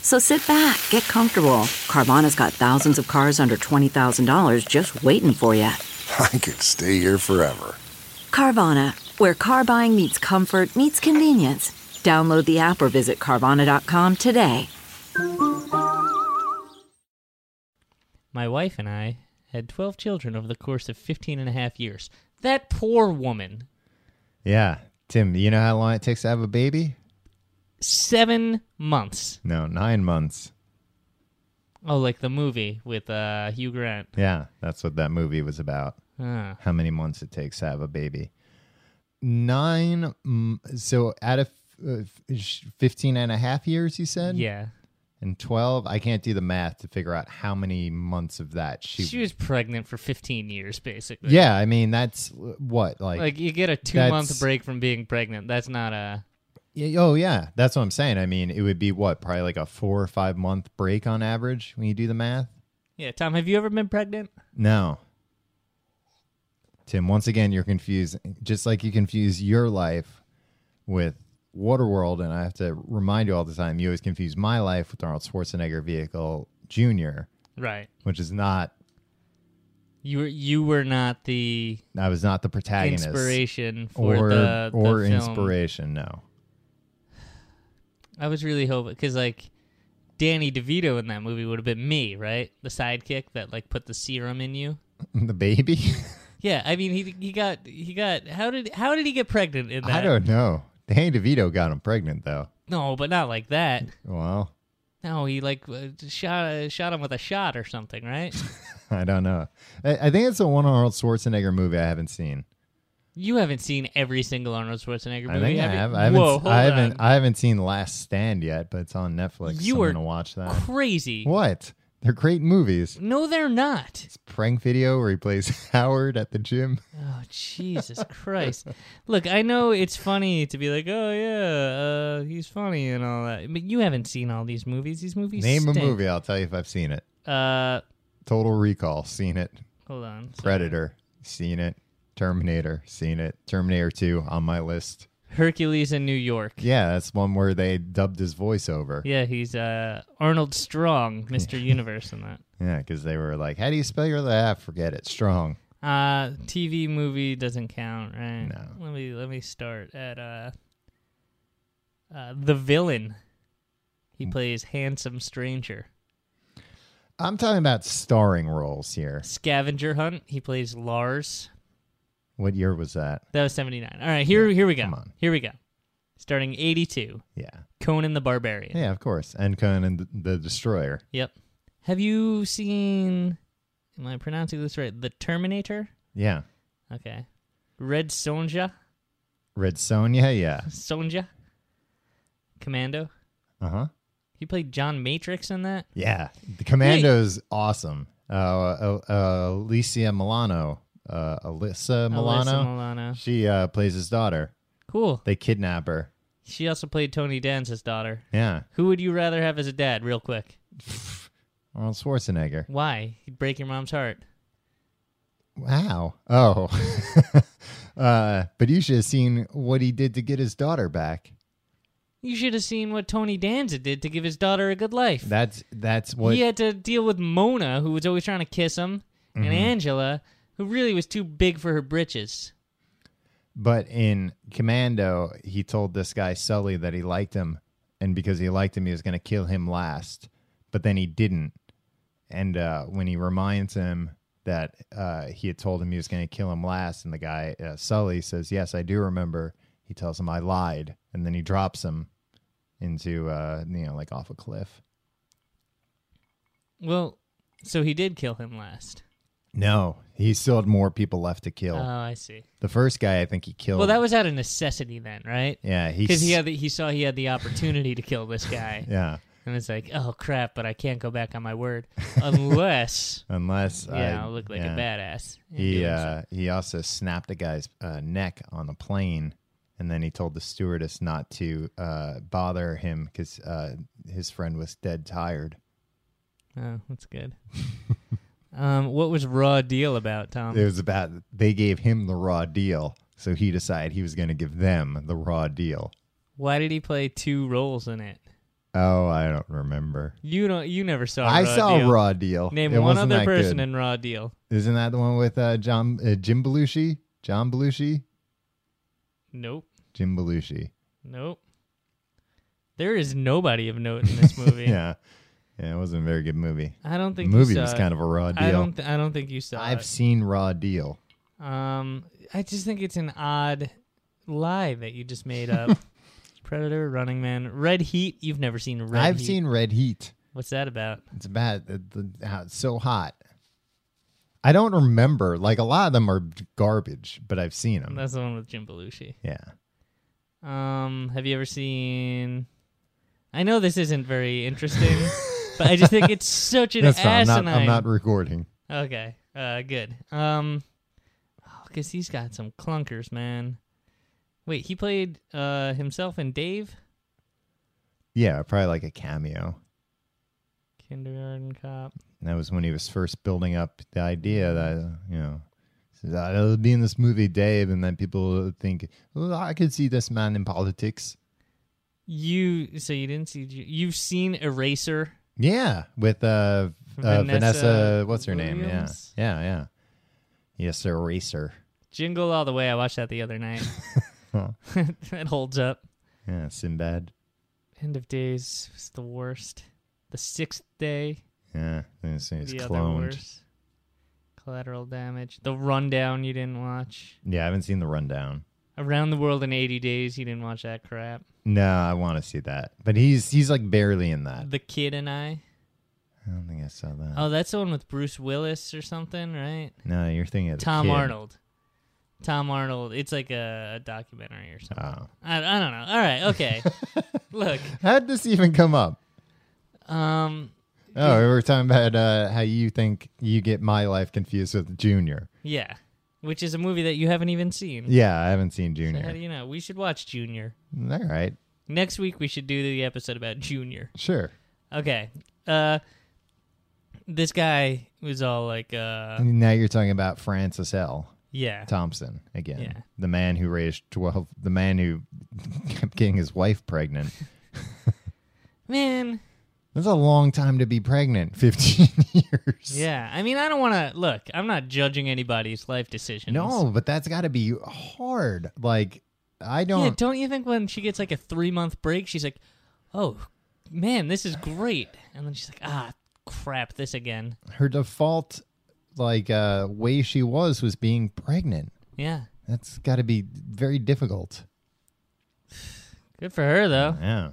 [SPEAKER 3] So sit back, get comfortable. Carvana's got thousands of cars under $20,000 just waiting for you.
[SPEAKER 4] I could stay here forever.
[SPEAKER 3] Carvana, where car buying meets comfort, meets convenience. Download the app or visit Carvana.com today.
[SPEAKER 2] My wife and I had 12 children over the course of 15 and a half years. That poor woman.
[SPEAKER 1] Yeah. Tim, you know how long it takes to have a baby?
[SPEAKER 2] Seven months.
[SPEAKER 1] No, nine months.
[SPEAKER 2] Oh, like the movie with uh, Hugh Grant.
[SPEAKER 1] Yeah, that's what that movie was about.
[SPEAKER 2] Huh.
[SPEAKER 1] How many months it takes to have a baby. Nine. mm, So out of uh, f- 15 and a half years, you said?
[SPEAKER 2] Yeah.
[SPEAKER 1] And 12. I can't do the math to figure out how many months of that she,
[SPEAKER 2] She was pregnant for 15 years, basically.
[SPEAKER 1] Yeah, I mean, that's uh, what? Like,
[SPEAKER 2] Like, you get a two month
[SPEAKER 1] That's-
[SPEAKER 2] break from being pregnant. That's not a.
[SPEAKER 1] Yeah, oh, yeah. That's what I'm saying. I mean, it would be what? Probably like a four or five month break on average when you do the math?
[SPEAKER 2] Yeah, Tom, have you ever been pregnant?
[SPEAKER 1] No. Tim, once again, you're confused. Just like you confuse your life with Waterworld, and I have to remind you all the time, you always confuse my life with Arnold Schwarzenegger vehicle Jr.,
[SPEAKER 2] Right.
[SPEAKER 1] which is not,
[SPEAKER 2] You were you were not the
[SPEAKER 1] I was not the protagonist.
[SPEAKER 2] inspiration for
[SPEAKER 1] or
[SPEAKER 2] the, the
[SPEAKER 1] or
[SPEAKER 2] film.
[SPEAKER 1] inspiration, no.
[SPEAKER 2] I was really hoping because like Danny DeVito in that movie would have been me, right? The sidekick that like put the serum in you.
[SPEAKER 1] The baby?
[SPEAKER 2] Yeah, I mean he he got he got how did how did he get pregnant in that?
[SPEAKER 1] I don't know. Danny DeVito got him pregnant, though.
[SPEAKER 2] No, but not like that.
[SPEAKER 1] Well,
[SPEAKER 2] No, he like uh, shot shot him with a shot or something, right?
[SPEAKER 1] I don't know. I, I think it's the one Arnold Schwarzenegger movie I haven't seen.
[SPEAKER 2] you haven't seen every single Arnold Schwarzenegger movie.
[SPEAKER 1] I think I
[SPEAKER 2] you?
[SPEAKER 1] have. I haven't.
[SPEAKER 2] Whoa,
[SPEAKER 1] s-
[SPEAKER 2] hold
[SPEAKER 1] I haven't.
[SPEAKER 2] on.
[SPEAKER 1] I haven't seen Last Stand yet, but it's on Netflix.
[SPEAKER 2] You
[SPEAKER 1] so
[SPEAKER 2] are
[SPEAKER 1] I'm gonna watch that.
[SPEAKER 2] Crazy.
[SPEAKER 1] What? They're great movies.
[SPEAKER 2] No, they're not.
[SPEAKER 1] It's prank video where he plays Howard at the gym.
[SPEAKER 2] Oh Jesus Christ! Look, I know it's funny to be like, "Oh yeah, uh, he's funny and all that," but you haven't seen all these movies. These movies
[SPEAKER 1] Name
[SPEAKER 2] stink.
[SPEAKER 1] a movie. I'll tell you if I've seen it.
[SPEAKER 2] Uh,
[SPEAKER 1] Total Recall. Seen it.
[SPEAKER 2] hold on. So-
[SPEAKER 1] Predator. Seen it. Terminator. Seen it. Terminator Two on my list.
[SPEAKER 2] Hercules in New York.
[SPEAKER 1] Yeah, that's one where they dubbed his voice over.
[SPEAKER 2] Yeah, he's uh, Arnold Strong, Mr. Universe, in that.
[SPEAKER 1] Yeah, because they were like, "How do you spell your laugh? Forget it. Strong."
[SPEAKER 2] Uh, TV movie doesn't count, right?
[SPEAKER 1] No.
[SPEAKER 2] Let me let me start at uh, uh, the villain. He plays handsome stranger.
[SPEAKER 1] I'm talking about starring roles here.
[SPEAKER 2] Scavenger hunt. He plays Lars.
[SPEAKER 1] What year was that?
[SPEAKER 2] That was 79. All right, here here we go.
[SPEAKER 1] come on.
[SPEAKER 2] Here we go. Starting 82.
[SPEAKER 1] Yeah.
[SPEAKER 2] Conan the Barbarian.
[SPEAKER 1] Yeah, of course. And Conan th- the Destroyer.
[SPEAKER 2] Yep. Have you seen Am I pronouncing this right? The Terminator?
[SPEAKER 1] Yeah.
[SPEAKER 2] Okay. Red Sonja?
[SPEAKER 1] Red Sonja, yeah.
[SPEAKER 2] Sonja, Commando.
[SPEAKER 1] Uh huh.
[SPEAKER 2] He played John Matrix in that.
[SPEAKER 1] Yeah, the Commando's awesome. Uh, uh, uh, Alicia Milano, uh, Alyssa Milano.
[SPEAKER 2] Alyssa Milano.
[SPEAKER 1] She uh, plays his daughter.
[SPEAKER 2] Cool.
[SPEAKER 1] They kidnap her.
[SPEAKER 2] She also played Tony Danza's daughter.
[SPEAKER 1] Yeah,
[SPEAKER 2] Who would you rather have as a dad, real quick?
[SPEAKER 1] Arnold Schwarzenegger.
[SPEAKER 2] Why? He'd break your mom's heart.
[SPEAKER 1] Wow. Oh. uh, but you should have seen what he did to get his daughter back.
[SPEAKER 2] You should have seen what Tony Danza did to give his daughter a good life.
[SPEAKER 1] That's that's what.
[SPEAKER 2] He had to deal with Mona, who was always trying to kiss him,
[SPEAKER 1] Mm-hmm.
[SPEAKER 2] and Angela, who really was too big for her britches.
[SPEAKER 1] But in Commando, he told this guy Sully that he liked him, and because he liked him, he was going to kill him last. But then he didn't. And uh, when he reminds him that uh, he had told him he was going to kill him last, and the guy uh, Sully says, "Yes, I do remember," he tells him, "I lied," and then he drops him into uh, you know like off a cliff.
[SPEAKER 2] Well, so he did kill him last.
[SPEAKER 1] No, he still had more people left to kill.
[SPEAKER 2] Oh, I see.
[SPEAKER 1] the first guy, I think he killed.
[SPEAKER 2] Well, that was out of necessity then, right?
[SPEAKER 1] yeah, he
[SPEAKER 2] Because he
[SPEAKER 1] s-
[SPEAKER 2] had the, he saw he had the opportunity to kill this guy,
[SPEAKER 1] yeah.
[SPEAKER 2] and it's like, oh crap! But I can't go back on my word unless
[SPEAKER 1] Unless
[SPEAKER 2] yeah,
[SPEAKER 1] I,
[SPEAKER 2] I'll look like
[SPEAKER 1] yeah.
[SPEAKER 2] a badass. and
[SPEAKER 1] He
[SPEAKER 2] do it.
[SPEAKER 1] uh, he also snapped a guy's uh, neck on the plane, and then he told the stewardess not to uh, bother him because uh, his friend was dead tired.
[SPEAKER 2] oh, that's good. um, what was Raw Deal about, Tom?
[SPEAKER 1] It was about they gave him the raw deal, so he decided he was going to give them the raw deal.
[SPEAKER 2] Why did he play two roles in it?
[SPEAKER 1] Oh, I don't remember.
[SPEAKER 2] You don't. You never saw.
[SPEAKER 1] I
[SPEAKER 2] Raw
[SPEAKER 1] saw
[SPEAKER 2] Deal.
[SPEAKER 1] raw deal.
[SPEAKER 2] Name
[SPEAKER 1] Oh, It
[SPEAKER 2] one
[SPEAKER 1] wasn't
[SPEAKER 2] other
[SPEAKER 1] that
[SPEAKER 2] person
[SPEAKER 1] good.
[SPEAKER 2] in Raw Deal.
[SPEAKER 1] Isn't that the one with uh, John uh, Jim Belushi? John Belushi,
[SPEAKER 2] Nope.
[SPEAKER 1] Jim Belushi.
[SPEAKER 2] Nope. There is nobody of note in this movie.
[SPEAKER 1] Yeah, yeah, it wasn't a very good movie.
[SPEAKER 2] I don't
[SPEAKER 1] The
[SPEAKER 2] think
[SPEAKER 1] movie
[SPEAKER 2] you saw
[SPEAKER 1] was
[SPEAKER 2] it.
[SPEAKER 1] kind of a raw deal.
[SPEAKER 2] I don't. Th- I don't think you saw
[SPEAKER 1] I've
[SPEAKER 2] it.
[SPEAKER 1] seen Raw Deal.
[SPEAKER 2] Um, I just think it's an odd lie that you just made up. Predator, Running Man, Red Heat. You've never seen Red
[SPEAKER 1] I've
[SPEAKER 2] Heat.
[SPEAKER 1] seen Red Heat.
[SPEAKER 2] What's that about?
[SPEAKER 1] It's bad. The, the- how it's so hot. I don't remember. Like a lot of them are garbage, but I've seen them.
[SPEAKER 2] That's the one with Jim Belushi.
[SPEAKER 1] yeah.
[SPEAKER 2] Um, have you ever seen? I know this isn't very interesting, but I just think it's such an
[SPEAKER 1] That's fine. I'm
[SPEAKER 2] asinine.
[SPEAKER 1] not, I'm not recording.
[SPEAKER 2] Okay. Uh, good. Um, oh, cause he's got some clunkers, man. Wait, he played uh himself and Dave
[SPEAKER 1] Yeah, probably like a cameo.
[SPEAKER 2] Kindergarten Cop.
[SPEAKER 1] And that was when he was first building up the idea that, you know, says, I'll be in this movie, Dave. And then people think, well, I could see this man in politics.
[SPEAKER 2] You so you didn't see you've seen Eraser.
[SPEAKER 1] Yeah, with uh, uh,
[SPEAKER 2] Vanessa
[SPEAKER 1] Vanessa, what's her name? Yeah,
[SPEAKER 2] Williams?
[SPEAKER 1] yeah, yeah. Yes, Eraser.
[SPEAKER 2] Jingle all the way. I watched that the other night. that holds up.
[SPEAKER 1] Yeah, Sinbad.
[SPEAKER 2] End of Days was the worst. The sixth day.
[SPEAKER 1] Yeah, it's, it's
[SPEAKER 2] the other
[SPEAKER 1] cloned.
[SPEAKER 2] worst. Collateral damage. The rundown you didn't watch.
[SPEAKER 1] Yeah, I haven't seen the rundown.
[SPEAKER 2] Around the world in eighty days. You didn't watch that crap.
[SPEAKER 1] No, I want to see that, but he's he's like barely in that.
[SPEAKER 2] The Kid and I.
[SPEAKER 1] I don't think I saw that.
[SPEAKER 2] Oh, that's the one with Bruce Willis or something, right?
[SPEAKER 1] no, you're thinking of the
[SPEAKER 2] Tom
[SPEAKER 1] kid.
[SPEAKER 2] Arnold. Tom Arnold. It's like a, a documentary or something.
[SPEAKER 1] Oh.
[SPEAKER 2] I, I don't know. All right, okay. Look,
[SPEAKER 1] How would this even come up?
[SPEAKER 2] um,
[SPEAKER 1] Oh, we were talking about uh, how you think you get my life confused with Junior.
[SPEAKER 2] yeah, which is a movie that you haven't even seen.
[SPEAKER 1] Yeah, I haven't seen
[SPEAKER 2] So how do
[SPEAKER 1] Junior.
[SPEAKER 2] you know? We should watch Junior.
[SPEAKER 1] All right,
[SPEAKER 2] Next week we should do the episode about Junior.
[SPEAKER 1] sure.
[SPEAKER 2] Okay. Uh, this guy was all like, uh,
[SPEAKER 1] now you're talking about Francis L.
[SPEAKER 2] yeah,
[SPEAKER 1] Thompson again,
[SPEAKER 2] Yeah.
[SPEAKER 1] the man who raised twelve, the man who kept getting his wife pregnant.
[SPEAKER 2] man.
[SPEAKER 1] That's a long time to be pregnant, fifteen years.
[SPEAKER 2] Yeah, I mean, I don't want to look. I'm not judging anybody's life decisions.
[SPEAKER 1] No, but that's got to be hard. Like, I
[SPEAKER 2] Yeah,
[SPEAKER 1] don't.
[SPEAKER 2] don't you think when she gets like a three month break, she's like, "Oh, man, this is great," and then she's like, "Ah, crap, this again."
[SPEAKER 1] her default, like, uh, way she was was being pregnant.
[SPEAKER 2] Yeah,
[SPEAKER 1] That's got to be very difficult.
[SPEAKER 2] good for her though.
[SPEAKER 1] Yeah,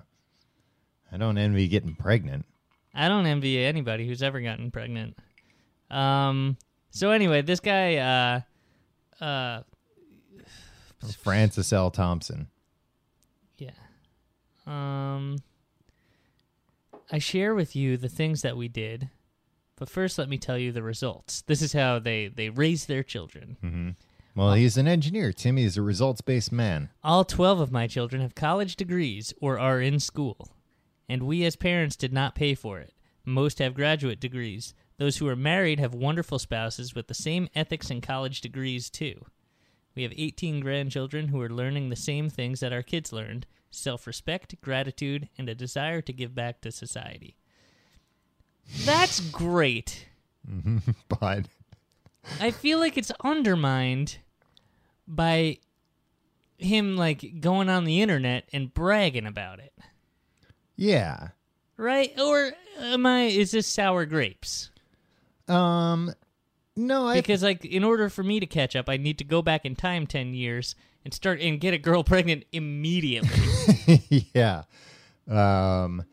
[SPEAKER 1] I don't envy getting pregnant.
[SPEAKER 2] I don't envy anybody who's ever gotten pregnant. Um. So anyway, this guy, uh, uh,
[SPEAKER 1] Francis L. Thompson.
[SPEAKER 2] Yeah. Um I share with you the things that we did, but first let me tell you the results. This is how they they raise their children.
[SPEAKER 1] Well, he's an engineer. Timmy is a results based man.
[SPEAKER 2] All 12 of my children have college degrees or are in school, and we as parents did not pay for it. Most have graduate degrees. Those who are married have wonderful spouses with the same ethics and college degrees, too. We have 18 grandchildren who are learning the same things that our kids learned self respect, gratitude, and a desire to give back to society. That's great.
[SPEAKER 1] But
[SPEAKER 2] I feel like it's undermined by him like going on the internet and bragging about it,
[SPEAKER 1] yeah.
[SPEAKER 2] right? Or am I? Is this sour grapes?
[SPEAKER 1] Um no, I
[SPEAKER 2] Because like, in order for me to catch up, I need to go back in time ten years and start and get a girl pregnant immediately.
[SPEAKER 1] yeah. Um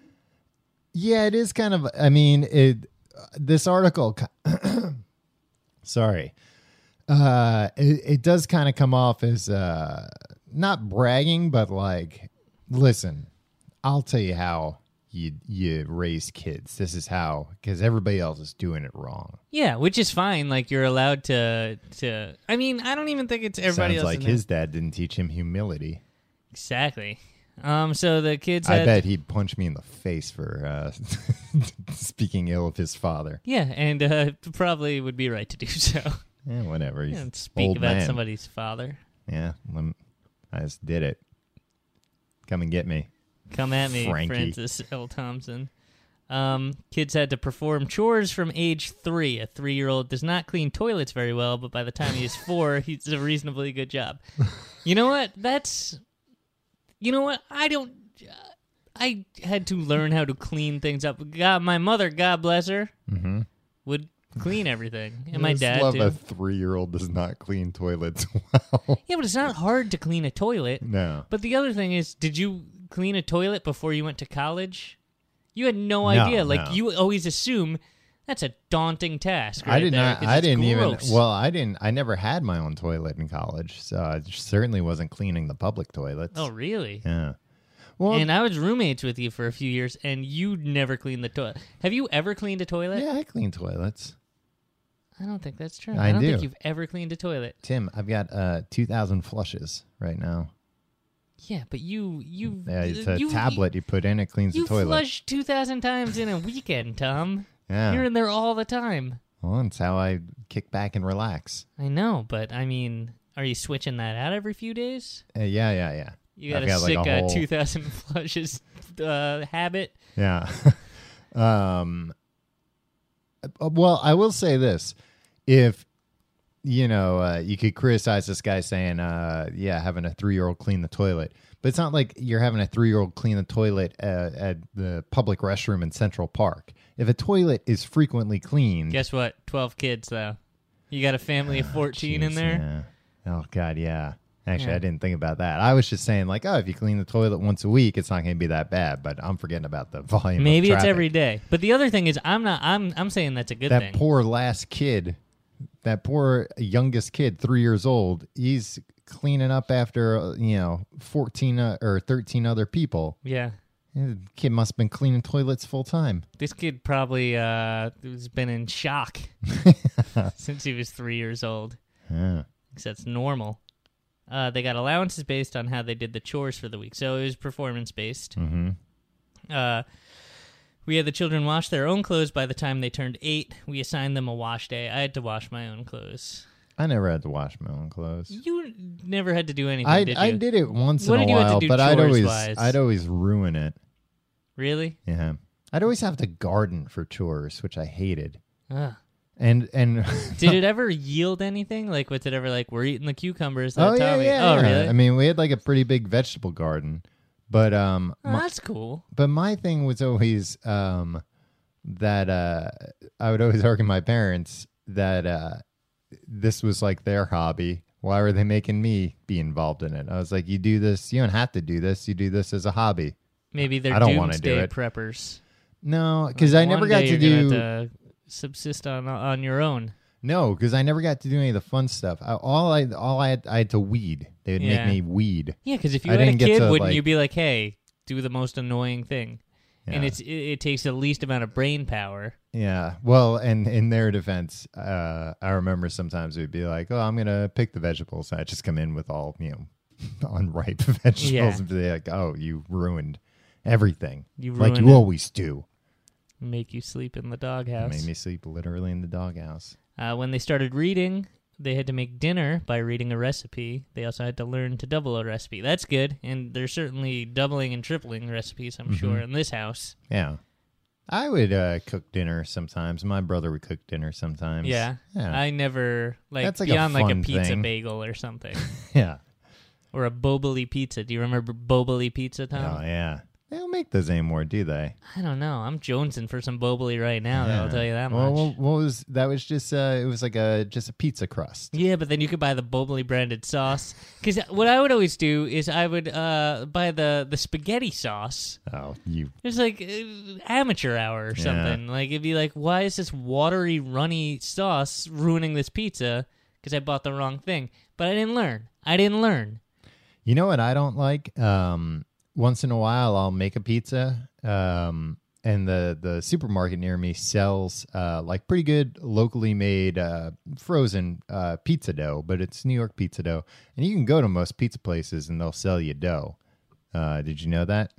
[SPEAKER 1] yeah, it is kind of I mean, it this article ki- sorry. Uh it, it does kind of come off as uh not bragging but like listen, I'll tell you how you you raise kids. This is how cuz everybody else is doing it wrong.
[SPEAKER 2] yeah, which is fine. Like you're allowed to to. I mean, I don't even think it's everybody
[SPEAKER 1] Sounds
[SPEAKER 2] else.
[SPEAKER 1] like
[SPEAKER 2] in there.
[SPEAKER 1] his dad didn't teach him humility.
[SPEAKER 2] exactly. Um. So the kids.
[SPEAKER 1] I
[SPEAKER 2] had-
[SPEAKER 1] bet he'd punch me in the face for uh, speaking ill of his father.
[SPEAKER 2] Yeah, and uh, probably would be right to do so.
[SPEAKER 1] Yeah, Eh, whatever. He's
[SPEAKER 2] and speak
[SPEAKER 1] old
[SPEAKER 2] about
[SPEAKER 1] man.
[SPEAKER 2] somebody's father.
[SPEAKER 1] Yeah, lem- I just did it. Come and get me.
[SPEAKER 2] Come at me,
[SPEAKER 1] Frankie.
[SPEAKER 2] Francis L. Thompson. Um, kids had to perform chores from age three. A three year old does not clean toilets very well, but by the time he is four, he's a reasonably good job. You know what? That's. You know what? I don't. I had to learn how to clean things up. God, my mother, God bless her, would clean everything, and my
[SPEAKER 1] I Mm-hmm. just
[SPEAKER 2] dad
[SPEAKER 1] love
[SPEAKER 2] too.
[SPEAKER 1] a three-year-old does not clean toilets well.
[SPEAKER 2] yeah, but it's not hard to clean a toilet.
[SPEAKER 1] no,
[SPEAKER 2] But the other thing is, did you clean a toilet before you went to college? You had no,
[SPEAKER 1] No,
[SPEAKER 2] idea. Like
[SPEAKER 1] no.
[SPEAKER 2] you always assume that's a daunting task.
[SPEAKER 1] I
[SPEAKER 2] right
[SPEAKER 1] did
[SPEAKER 2] there,
[SPEAKER 1] not.
[SPEAKER 2] 'cause
[SPEAKER 1] I
[SPEAKER 2] it's
[SPEAKER 1] didn't
[SPEAKER 2] gross.
[SPEAKER 1] even. Well, I didn't. I never had my own toilet in college, so I certainly wasn't cleaning the public toilets.
[SPEAKER 2] Oh, really?
[SPEAKER 1] yeah. Well,
[SPEAKER 2] and I was roommates with you for a few years, and you never cleaned the toilet. Have you ever cleaned a toilet?
[SPEAKER 1] yeah, I clean toilets.
[SPEAKER 2] I don't think that's true.
[SPEAKER 1] I
[SPEAKER 2] I don't think
[SPEAKER 1] do.
[SPEAKER 2] you've ever cleaned a toilet.
[SPEAKER 1] Tim, I've got uh, two thousand flushes right now.
[SPEAKER 2] Yeah, but you you
[SPEAKER 1] Yeah, it's a
[SPEAKER 2] you-
[SPEAKER 1] tablet you put in, it cleans
[SPEAKER 2] You
[SPEAKER 1] the toilet.
[SPEAKER 2] flush two thousand times in a weekend, Tom.
[SPEAKER 1] Yeah.
[SPEAKER 2] You're in there all the time.
[SPEAKER 1] Well, Oh, that's how I kick back and relax.
[SPEAKER 2] I know, but I mean, are you switching that out every few days?
[SPEAKER 1] Uh, yeah, yeah, yeah.
[SPEAKER 2] You got
[SPEAKER 1] I've
[SPEAKER 2] a sick
[SPEAKER 1] like, a
[SPEAKER 2] uh,
[SPEAKER 1] whole-
[SPEAKER 2] 2000 flushes uh, habit.
[SPEAKER 1] Yeah. um. uh, Well, I will say this: if you know, uh, you could criticize this guy saying, uh, "Yeah, having a three-year-old clean the toilet," but it's not like you're having a three-year-old clean the toilet at, at the public restroom in Central Park. If a toilet is frequently cleaned,
[SPEAKER 2] Guess what? 12 kids, though. You got a family of 14 in
[SPEAKER 1] Ah, Jeez,
[SPEAKER 2] there.
[SPEAKER 1] yeah. Oh God, yeah. Actually,
[SPEAKER 2] Yeah.
[SPEAKER 1] I didn't think about that. I was just saying, like, oh, if you clean the toilet once a week, it's not going to be that bad. But I'm forgetting about the volume. of
[SPEAKER 2] Maybe it's
[SPEAKER 1] traffic.
[SPEAKER 2] every day. But the other thing is, I'm not, I'm, I'm saying that's a good
[SPEAKER 1] That
[SPEAKER 2] thing.
[SPEAKER 1] poor last kid, that poor youngest kid, three years old. He's cleaning up after uh, you know fourteen uh, or thirteen other people.
[SPEAKER 2] yeah.
[SPEAKER 1] The kid must have been cleaning toilets full time.
[SPEAKER 2] This kid probably uh, has been in shock since he was three years old.
[SPEAKER 1] Yeah.
[SPEAKER 2] because that's normal. Uh, they got allowances based on how they did the chores for the week, so it was performance based. Mm-hmm. Uh, we had the children wash their own clothes by the time they turned eight. We assigned them a wash day. I had to wash my own clothes.
[SPEAKER 1] I never had to wash my own clothes.
[SPEAKER 2] You never had to do anything,
[SPEAKER 1] I
[SPEAKER 2] did you?
[SPEAKER 1] I did it once
[SPEAKER 2] What
[SPEAKER 1] in a
[SPEAKER 2] did you have to
[SPEAKER 1] while,
[SPEAKER 2] do
[SPEAKER 1] but I'd
[SPEAKER 2] chores
[SPEAKER 1] always
[SPEAKER 2] wise?
[SPEAKER 1] I'd always ruin it.
[SPEAKER 2] Really?
[SPEAKER 1] Yeah. I'd always have to garden for chores, which I hated.
[SPEAKER 2] Ugh.
[SPEAKER 1] And and
[SPEAKER 2] Did it ever yield anything? Like, was it ever like we're eating the cucumbers that
[SPEAKER 1] oh yeah,
[SPEAKER 2] Tommy?
[SPEAKER 1] yeah,
[SPEAKER 2] oh
[SPEAKER 1] yeah.
[SPEAKER 2] really?
[SPEAKER 1] I mean, we had like a pretty big vegetable garden, but um,
[SPEAKER 2] Oh,
[SPEAKER 1] my,
[SPEAKER 2] that's cool.
[SPEAKER 1] but my thing was always um that uh I would always argue my parents that uh this was like their hobby. Why were they making me be involved in it? I was like, you do this, you don't have to do this. You do this as a hobby.
[SPEAKER 2] Maybe they're
[SPEAKER 1] I don't wanna do
[SPEAKER 2] doomsday
[SPEAKER 1] it.
[SPEAKER 2] preppers.
[SPEAKER 1] No, because I
[SPEAKER 2] One
[SPEAKER 1] never got
[SPEAKER 2] day
[SPEAKER 1] to
[SPEAKER 2] you're
[SPEAKER 1] do.
[SPEAKER 2] gonna have to subsist on on your own.
[SPEAKER 1] No, because I never got to do any of the fun stuff. I, all I all I had, I had to weed. They would
[SPEAKER 2] Yeah.
[SPEAKER 1] make me weed.
[SPEAKER 2] Yeah, because if you
[SPEAKER 1] I
[SPEAKER 2] had a
[SPEAKER 1] didn't get
[SPEAKER 2] kid,
[SPEAKER 1] to,
[SPEAKER 2] wouldn't
[SPEAKER 1] like-
[SPEAKER 2] you be like, "Hey, do the most annoying thing," and
[SPEAKER 1] Yeah.
[SPEAKER 2] it's it, it takes the least amount of brain power.
[SPEAKER 1] Yeah. Well, and in their defense, uh, I remember sometimes we'd be like, "Oh, I'm gonna pick the vegetables," and I just come in with all you know, unripe vegetables,
[SPEAKER 2] Yeah.
[SPEAKER 1] and be like, "Oh, you ruined everything,
[SPEAKER 2] You
[SPEAKER 1] like you
[SPEAKER 2] ruined it.
[SPEAKER 1] always do."
[SPEAKER 2] Make you sleep in the
[SPEAKER 1] It
[SPEAKER 2] doghouse.
[SPEAKER 1] Made me sleep literally in the doghouse.
[SPEAKER 2] Uh, when they started reading, they had to make dinner by reading a recipe. They also had to learn to double a recipe. That's good, and they're certainly doubling and tripling recipes,
[SPEAKER 1] Mm-hmm.
[SPEAKER 2] I'm sure, in this house.
[SPEAKER 1] Yeah. I would uh, cook dinner sometimes. My brother would cook dinner sometimes.
[SPEAKER 2] Yeah.
[SPEAKER 1] Yeah.
[SPEAKER 2] I never like
[SPEAKER 1] That's like a
[SPEAKER 2] beyond like a
[SPEAKER 1] fun
[SPEAKER 2] pizza
[SPEAKER 1] thing.
[SPEAKER 2] bagel or something.
[SPEAKER 1] yeah.
[SPEAKER 2] or a Boboli pizza. Do you remember Boboli pizza, Tom?
[SPEAKER 1] Oh yeah. They don't make those anymore, do they?
[SPEAKER 2] I don't know. I'm jonesing for some Boboli right now. I'll
[SPEAKER 1] Yeah.
[SPEAKER 2] tell you that much.
[SPEAKER 1] Well, what- what was that? Was just uh, it was like a just a pizza crust.
[SPEAKER 2] Yeah, but then you could buy the Boboli branded sauce. Because what I would always do is I would uh, buy the the spaghetti sauce.
[SPEAKER 1] Oh, you
[SPEAKER 2] It's like uh, amateur hour or something. Like it'd be like, why is this watery, runny sauce ruining this pizza? Because I bought the wrong thing. But I didn't learn. I didn't learn.
[SPEAKER 1] You know what I don't like? Um, once in a while, I'll make a pizza, um, and the the supermarket near me sells uh, like pretty good locally made uh, frozen uh, pizza dough, but it's New York pizza dough, and you can go to most pizza places and they'll sell you dough. Uh, did you know that?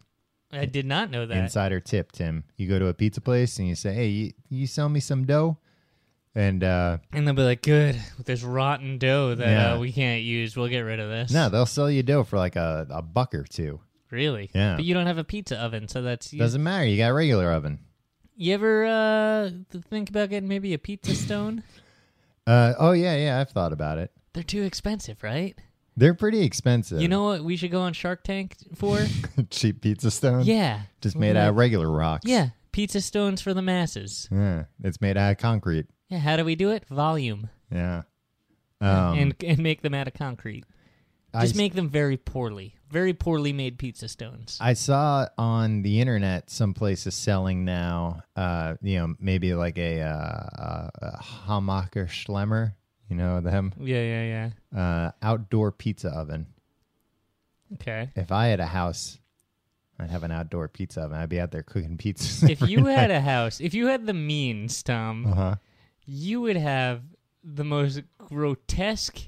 [SPEAKER 2] I did not know that.
[SPEAKER 1] Insider tip, Tim. You go to a pizza place and you say, "Hey, you, you sell me some dough," and uh,
[SPEAKER 2] And they'll be like, good, with this rotten dough that
[SPEAKER 1] Yeah.
[SPEAKER 2] uh, we can't use, we'll get rid of this.
[SPEAKER 1] no, they'll sell you dough for like a, a buck or two.
[SPEAKER 2] Really?
[SPEAKER 1] Yeah.
[SPEAKER 2] But you don't have a pizza oven, so that's. You,
[SPEAKER 1] Doesn't matter. You got a regular oven.
[SPEAKER 2] you ever uh, th- think about getting maybe a pizza stone?
[SPEAKER 1] Uh, oh yeah, yeah. I've thought about it.
[SPEAKER 2] They're too expensive, right?
[SPEAKER 1] They're pretty expensive.
[SPEAKER 2] You know what we should go on Shark Tank for?
[SPEAKER 1] cheap pizza stone.
[SPEAKER 2] yeah.
[SPEAKER 1] just made out of regular rocks.
[SPEAKER 2] Yeah. Pizza stones for the masses.
[SPEAKER 1] yeah. It's made out of concrete.
[SPEAKER 2] Yeah, how do we do it? Volume.
[SPEAKER 1] Yeah, um,
[SPEAKER 2] and and make them out of concrete.
[SPEAKER 1] I
[SPEAKER 2] Just
[SPEAKER 1] s-
[SPEAKER 2] make them very poorly. Very poorly made pizza stones.
[SPEAKER 1] I saw on the internet some places selling now. Uh, you know, maybe like a, uh, uh, a Hamacher Schlemmer. You know them
[SPEAKER 2] yeah, yeah, yeah.
[SPEAKER 1] uh, outdoor pizza oven.
[SPEAKER 2] Okay.
[SPEAKER 1] If I had a house, I'd have an outdoor pizza oven. I'd be out there cooking pizzas.
[SPEAKER 2] If you had a house, if you had the means, Tom,
[SPEAKER 1] uh huh.
[SPEAKER 2] you would have the most grotesque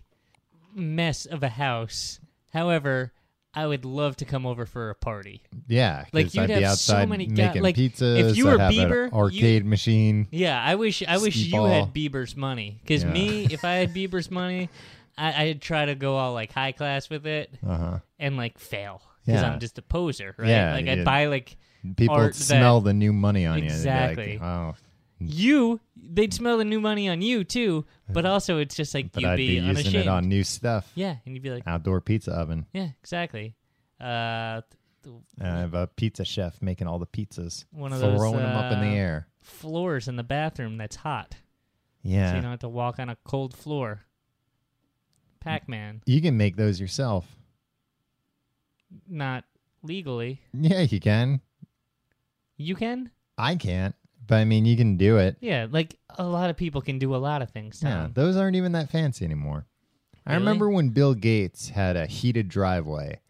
[SPEAKER 2] mess of a house. However, I would love to come over for a party.
[SPEAKER 1] Yeah, 'cause
[SPEAKER 2] Like, you'd
[SPEAKER 1] I'd be
[SPEAKER 2] have so
[SPEAKER 1] outside
[SPEAKER 2] many ga-
[SPEAKER 1] making
[SPEAKER 2] like, if
[SPEAKER 1] pizzas.
[SPEAKER 2] you
[SPEAKER 1] I'd
[SPEAKER 2] were
[SPEAKER 1] have an
[SPEAKER 2] Bieber, you-
[SPEAKER 1] arcade machine.
[SPEAKER 2] Yeah, I wish I wish you
[SPEAKER 1] Skee-ball.
[SPEAKER 2] had Bieber's money. Because
[SPEAKER 1] Yeah.
[SPEAKER 2] me, if I had Bieber's money, I, I'd try to go all like high class with it
[SPEAKER 1] Uh-huh.
[SPEAKER 2] and like fail because
[SPEAKER 1] Yeah.
[SPEAKER 2] I'm just a poser, right?
[SPEAKER 1] Yeah,
[SPEAKER 2] like
[SPEAKER 1] yeah.
[SPEAKER 2] I'd buy like
[SPEAKER 1] People
[SPEAKER 2] art that-
[SPEAKER 1] smell the new money on you. They'd be
[SPEAKER 2] Exactly.
[SPEAKER 1] Like, oh,
[SPEAKER 2] you. They'd smell the new money on you too, but also it's just like
[SPEAKER 1] but
[SPEAKER 2] you'd
[SPEAKER 1] I'd
[SPEAKER 2] be,
[SPEAKER 1] be, using
[SPEAKER 2] unashamed.
[SPEAKER 1] it on new stuff.
[SPEAKER 2] yeah, and you'd be like,
[SPEAKER 1] Outdoor pizza oven.
[SPEAKER 2] yeah, exactly. Uh,
[SPEAKER 1] And I have a pizza chef making all the pizzas,
[SPEAKER 2] One of
[SPEAKER 1] throwing
[SPEAKER 2] those,
[SPEAKER 1] them up in
[SPEAKER 2] uh,
[SPEAKER 1] the air.
[SPEAKER 2] floors in the bathroom that's hot,
[SPEAKER 1] Yeah,
[SPEAKER 2] so you
[SPEAKER 1] you,
[SPEAKER 2] don't have to walk on a cold floor. Pac-Man,
[SPEAKER 1] can make those yourself.
[SPEAKER 2] not legally.
[SPEAKER 1] Yeah, you can.
[SPEAKER 2] You can,
[SPEAKER 1] I can't, but I mean, you can do it.
[SPEAKER 2] yeah. Like a lot of people can do a lot of things.
[SPEAKER 1] Yeah,
[SPEAKER 2] Tom.
[SPEAKER 1] those aren't even that fancy anymore. I
[SPEAKER 2] Really?
[SPEAKER 1] remember when Bill Gates had a heated driveway.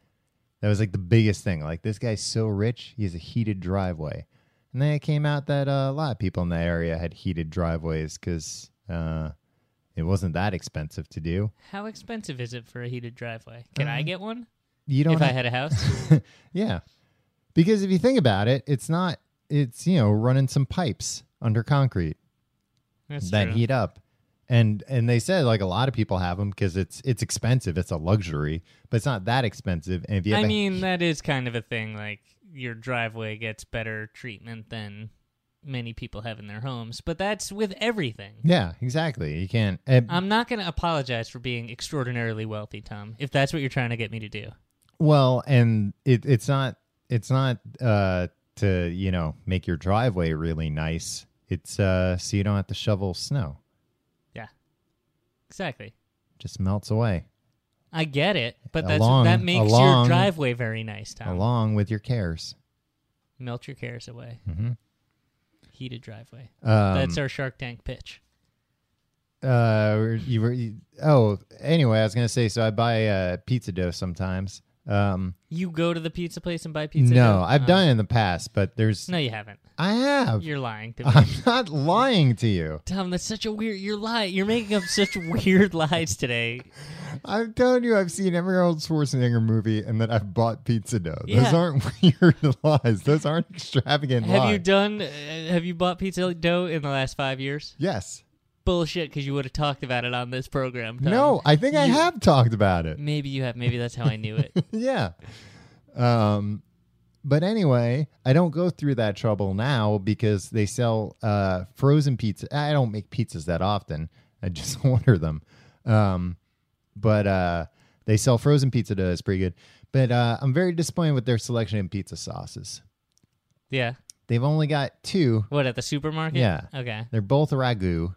[SPEAKER 1] That was like the biggest thing. Like this guy's so rich, he has a heated driveway. And then it came out that uh, a lot of people in the area had heated driveways because uh, it wasn't that expensive to do.
[SPEAKER 2] How expensive is it for a heated driveway? Can I get one
[SPEAKER 1] Uh, You don't.
[SPEAKER 2] if I
[SPEAKER 1] ha-
[SPEAKER 2] had a house?
[SPEAKER 1] yeah, because if you think about it, it's not. It's you know running some pipes under concrete.
[SPEAKER 2] That's
[SPEAKER 1] that
[SPEAKER 2] true.
[SPEAKER 1] heat up. And and they said like a lot of people have them because it's it's expensive. It's a luxury, but it's not that expensive. And if you have
[SPEAKER 2] I
[SPEAKER 1] a-
[SPEAKER 2] mean, that is kind of a thing. Like your driveway gets better treatment than many people have in their homes, but that's with everything.
[SPEAKER 1] yeah, exactly. You can't. and-
[SPEAKER 2] I'm not going to apologize for being extraordinarily wealthy, Tom, if that's what you're trying to get me to do.
[SPEAKER 1] well, and it, it's not it's not uh to you know make your driveway really nice. It's uh so you don't have to shovel snow.
[SPEAKER 2] Yeah. Exactly.
[SPEAKER 1] It just melts away
[SPEAKER 2] I get it, but that's
[SPEAKER 1] Along-
[SPEAKER 2] that makes your
[SPEAKER 1] along-
[SPEAKER 2] driveway very nice, Tom.
[SPEAKER 1] along with your cares.
[SPEAKER 2] Melt your cares away. Heated driveway.
[SPEAKER 1] Mm-hmm. Um,
[SPEAKER 2] that's our Shark Tank pitch.
[SPEAKER 1] uh you were you, oh anyway i was gonna say so i buy uh pizza dough sometimes um
[SPEAKER 2] You go to the pizza place and buy pizza?
[SPEAKER 1] no
[SPEAKER 2] dough?
[SPEAKER 1] i've
[SPEAKER 2] Uh,
[SPEAKER 1] done it in the past but there's
[SPEAKER 2] No, you haven't.
[SPEAKER 1] i have
[SPEAKER 2] You're lying to me.
[SPEAKER 1] i'm not lying to you
[SPEAKER 2] Tom, that's such a weird. You're lying. You're making up such weird lies today.
[SPEAKER 1] i'm telling you i've seen every old schwarzenegger movie and that i've bought pizza dough those
[SPEAKER 2] Yeah.
[SPEAKER 1] aren't weird lies those aren't extravagant
[SPEAKER 2] Have
[SPEAKER 1] lies
[SPEAKER 2] you done? Uh, have you bought pizza dough in the last five years?
[SPEAKER 1] yes
[SPEAKER 2] Bullshit, because you would have talked about it on this program. Tom.
[SPEAKER 1] no i think i
[SPEAKER 2] You-
[SPEAKER 1] have talked about it
[SPEAKER 2] Maybe you have. Maybe that's how I knew it.
[SPEAKER 1] yeah. Um, but anyway, I don't go through that trouble now because they sell uh, frozen pizza. I don't make pizzas that often. I just order them. Um, but uh, they sell frozen pizza dough. It's pretty good. But uh, I'm very disappointed with their selection of pizza sauces.
[SPEAKER 2] yeah.
[SPEAKER 1] They've only got two.
[SPEAKER 2] What at the supermarket?
[SPEAKER 1] Yeah.
[SPEAKER 2] Okay.
[SPEAKER 1] They're both ragu.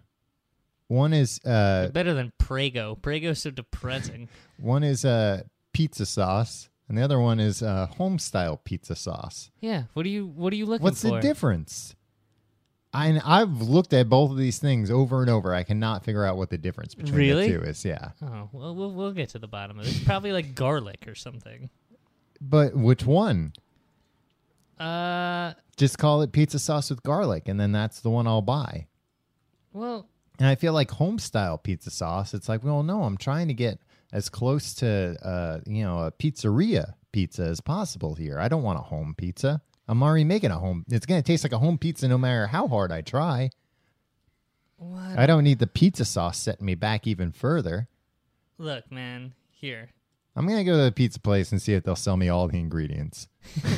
[SPEAKER 1] One is uh,
[SPEAKER 2] Better than Prego. Prego's so depressing.
[SPEAKER 1] one is uh, pizza sauce, and the other one is uh, home style pizza sauce.
[SPEAKER 2] yeah. What are you? What are you looking
[SPEAKER 1] What's
[SPEAKER 2] for?
[SPEAKER 1] the difference? I I've looked at both of these things over and over. I cannot figure out what the difference between
[SPEAKER 2] Really?
[SPEAKER 1] the two is. Yeah,
[SPEAKER 2] Oh, well, we'll we'll get to the bottom of it. Probably like garlic or something.
[SPEAKER 1] but which one?
[SPEAKER 2] Uh,
[SPEAKER 1] Just call it pizza sauce with garlic, and then that's the one I'll buy.
[SPEAKER 2] well,
[SPEAKER 1] And I feel like home style pizza sauce. It's like, well, no, I'm trying to get as close to uh, you know a pizzeria pizza as possible here. I don't want a home pizza. I'm already making a home. It's gonna taste like a home pizza no matter how hard I try.
[SPEAKER 2] what?
[SPEAKER 1] I don't need the pizza sauce setting me back even further.
[SPEAKER 2] Look, man. Here,
[SPEAKER 1] I'm gonna go to the pizza place and see if they'll sell me all the ingredients.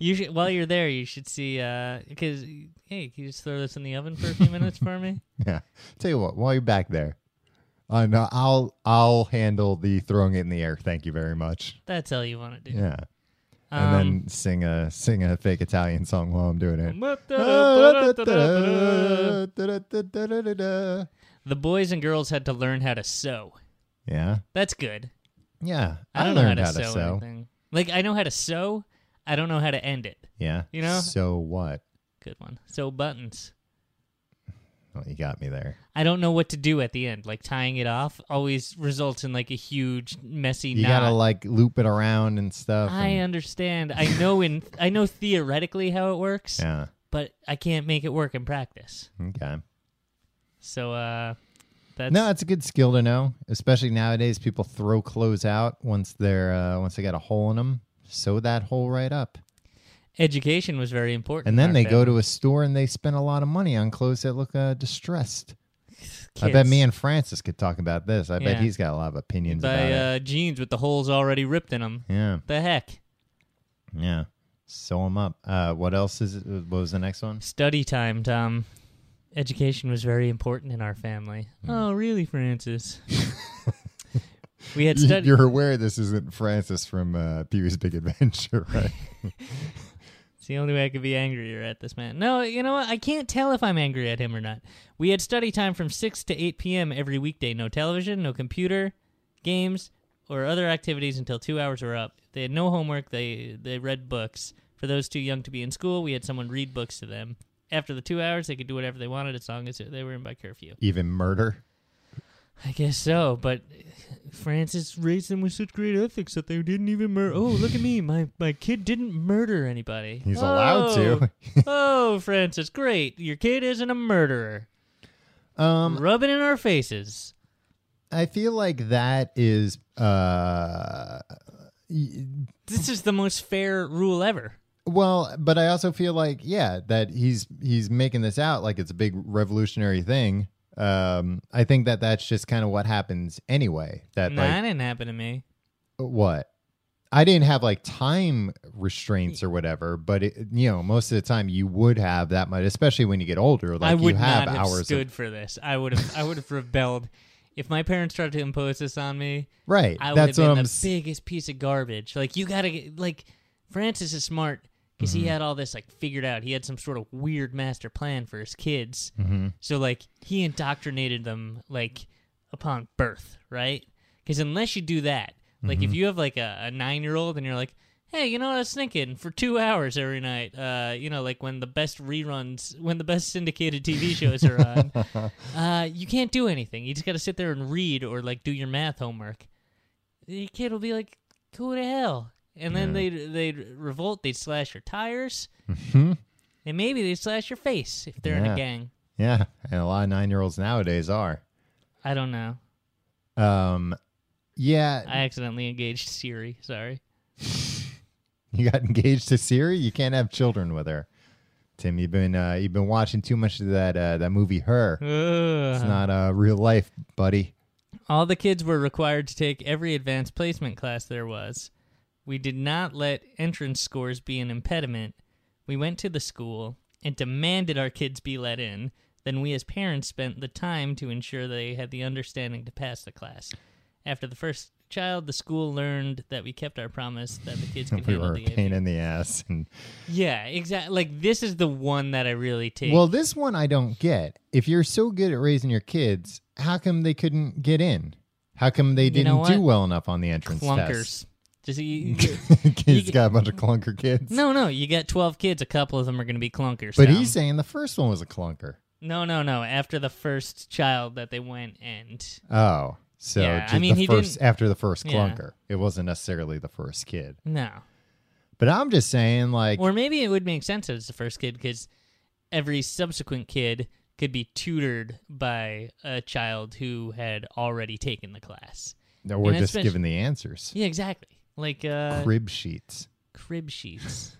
[SPEAKER 2] You should, while you're there, you should see. Because hey, can you just throw this in the oven for a few minutes for me?
[SPEAKER 1] Yeah. Tell you what, while you're back there, I know I'll I'll handle the throwing it in the air. Thank you very much.
[SPEAKER 2] That's all you want to do.
[SPEAKER 1] Yeah. And
[SPEAKER 2] Um,
[SPEAKER 1] then sing a sing a fake Italian song while I'm doing it.
[SPEAKER 2] The boys and girls had to learn how to sew.
[SPEAKER 1] Yeah.
[SPEAKER 2] That's good.
[SPEAKER 1] Yeah.
[SPEAKER 2] I don't
[SPEAKER 1] learned
[SPEAKER 2] know how
[SPEAKER 1] how
[SPEAKER 2] to, sew, anything. Like I know how to sew. I don't know how to end it.
[SPEAKER 1] Yeah.
[SPEAKER 2] You know?
[SPEAKER 1] So what?
[SPEAKER 2] Good one. Sew buttons.
[SPEAKER 1] Well, you got me there.
[SPEAKER 2] I don't know what to do at the end. Like tying it off always results in like a huge messy
[SPEAKER 1] You
[SPEAKER 2] knot.
[SPEAKER 1] gotta like loop it around and stuff.
[SPEAKER 2] I
[SPEAKER 1] and-
[SPEAKER 2] understand. I know in I know theoretically how it works,
[SPEAKER 1] Yeah.
[SPEAKER 2] but I can't make it work in practice.
[SPEAKER 1] Okay.
[SPEAKER 2] So uh that's
[SPEAKER 1] No, it's a good skill to know, especially nowadays. People throw clothes out once they're uh, once they got a hole in them. Sew that hole right up,
[SPEAKER 2] education was very important.
[SPEAKER 1] and then
[SPEAKER 2] in
[SPEAKER 1] they
[SPEAKER 2] our
[SPEAKER 1] go
[SPEAKER 2] family.
[SPEAKER 1] to a store and they spend a lot of money on clothes that look uh, distressed. I bet
[SPEAKER 2] Kids.
[SPEAKER 1] me and Francis could talk about this. I bet
[SPEAKER 2] Yeah.
[SPEAKER 1] he's got a lot of opinions
[SPEAKER 2] buy
[SPEAKER 1] about it.
[SPEAKER 2] uh, jeans with the holes already ripped in them.
[SPEAKER 1] Yeah,
[SPEAKER 2] The heck,
[SPEAKER 1] yeah. Sew them up. Uh, what else is? It? What was the next one?
[SPEAKER 2] study time, Tom. Education was very important in our family.
[SPEAKER 1] Mm.
[SPEAKER 2] Oh, really, Francis? we had study.
[SPEAKER 1] You're aware this isn't Francis from uh, Pee Wee's Big Adventure, right?
[SPEAKER 2] It's the only way I could be angrier at this man. No, you know what? I can't tell if I'm angry at him or not. We had study time from 6 to 8 p.m. every weekday. No television, no computer, games, or other activities until two hours were up. They had no homework. They, they read books. For those too young to be in school, we had someone read books to them. After the two hours, they could do whatever they wanted as long as they were in by curfew.
[SPEAKER 1] Even murder.
[SPEAKER 2] I guess so, but Francis raised them with such great ethics that they didn't even murder. Oh, look at me. My, my kid didn't murder anybody.
[SPEAKER 1] He's allowed to.
[SPEAKER 2] oh, Francis, great. Your kid isn't a murderer.
[SPEAKER 1] Um,
[SPEAKER 2] Rubbing in our faces.
[SPEAKER 1] I feel like that is uh
[SPEAKER 2] This is the most fair rule ever.
[SPEAKER 1] well, but I also feel like yeah, that he's he's making this out like it's a big revolutionary thing. Um I think that that's just kind of what happens anyway. That
[SPEAKER 2] nah, that
[SPEAKER 1] like
[SPEAKER 2] didn't happen to me.
[SPEAKER 1] what? I didn't have like time restraints or whatever, but it, you know, most of the time you would have that much, especially when you get older. Like
[SPEAKER 2] I would
[SPEAKER 1] you have
[SPEAKER 2] not have
[SPEAKER 1] hours
[SPEAKER 2] stood
[SPEAKER 1] of
[SPEAKER 2] for this. I would have. I would have rebelled. If my parents tried to impose this on me,
[SPEAKER 1] right.
[SPEAKER 2] I would have
[SPEAKER 1] that's what
[SPEAKER 2] been
[SPEAKER 1] I'm
[SPEAKER 2] the
[SPEAKER 1] s-
[SPEAKER 2] biggest piece of garbage. Like you gotta get like Francis is smart because
[SPEAKER 1] Mm-hmm.
[SPEAKER 2] he had all this like figured out. He had some sort of weird master plan for his kids.
[SPEAKER 1] Mm-hmm.
[SPEAKER 2] So like he indoctrinated them like upon
[SPEAKER 1] Mm-hmm.
[SPEAKER 2] birth, right? Because unless you do that, like if you have like a, a nine year old and you're like, hey, you know what I was thinking? For two hours every night, uh, you know, like when the best reruns, when the best syndicated TV shows are on, uh, you can't do anything. You just got to sit there and read or like do your math homework. Your kid will be like, "Go to hell!" And then they they revolt. They would slash your tires, and maybe they would slash your face if they're in
[SPEAKER 1] Mm-hmm. Yeah.
[SPEAKER 2] a gang.
[SPEAKER 1] Yeah, and a lot of nine year olds nowadays are.
[SPEAKER 2] I don't know.
[SPEAKER 1] Um, yeah,
[SPEAKER 2] I accidentally engaged Siri. Sorry.
[SPEAKER 1] you got engaged to Siri. You can't have children with her. Tim, you've been uh, you've been watching too much of that uh, that movie. Her. It's
[SPEAKER 2] Ugh.
[SPEAKER 1] not uh, real life, buddy.
[SPEAKER 2] All the kids were required to take every advanced placement class there was. We did not let entrance scores be an impediment. We went to the school and demanded our kids be let in. Then we, as parents, spent the time to ensure they had the understanding to pass the class. After the first child, the school learned that we kept our promise that the kids could
[SPEAKER 1] We
[SPEAKER 2] handle
[SPEAKER 1] were a
[SPEAKER 2] the
[SPEAKER 1] pain
[SPEAKER 2] AV.
[SPEAKER 1] in the ass. And
[SPEAKER 2] Yeah, exactly. Like this is the one that I really take.
[SPEAKER 1] well, this one I don't get. If you're so good at raising your kids, how come they couldn't get in? How come they
[SPEAKER 2] You
[SPEAKER 1] didn't
[SPEAKER 2] know
[SPEAKER 1] do
[SPEAKER 2] what?
[SPEAKER 1] well enough on the entrance
[SPEAKER 2] clunkers. Just you,
[SPEAKER 1] test? kids got a bunch of clunker kids.
[SPEAKER 2] no, no. You got twelve kids. A couple of them are going to be clunkers.
[SPEAKER 1] but
[SPEAKER 2] Tom.
[SPEAKER 1] he's saying the first one was a clunker.
[SPEAKER 2] No, no, no. After the first child that they went and
[SPEAKER 1] Oh, so
[SPEAKER 2] Yeah, I
[SPEAKER 1] just
[SPEAKER 2] mean,
[SPEAKER 1] the
[SPEAKER 2] he
[SPEAKER 1] 1st
[SPEAKER 2] didn't-
[SPEAKER 1] after the first
[SPEAKER 2] Yeah.
[SPEAKER 1] clunker, it wasn't necessarily the first kid.
[SPEAKER 2] no,
[SPEAKER 1] But I'm just saying, like,
[SPEAKER 2] or maybe it would make sense as the first kid because every subsequent kid could be tutored by a child who had already taken the class.
[SPEAKER 1] no, we're
[SPEAKER 2] and
[SPEAKER 1] just
[SPEAKER 2] especi-
[SPEAKER 1] giving the answers.
[SPEAKER 2] Yeah, exactly. Like uh,
[SPEAKER 1] Crib sheets.
[SPEAKER 2] crib sheets.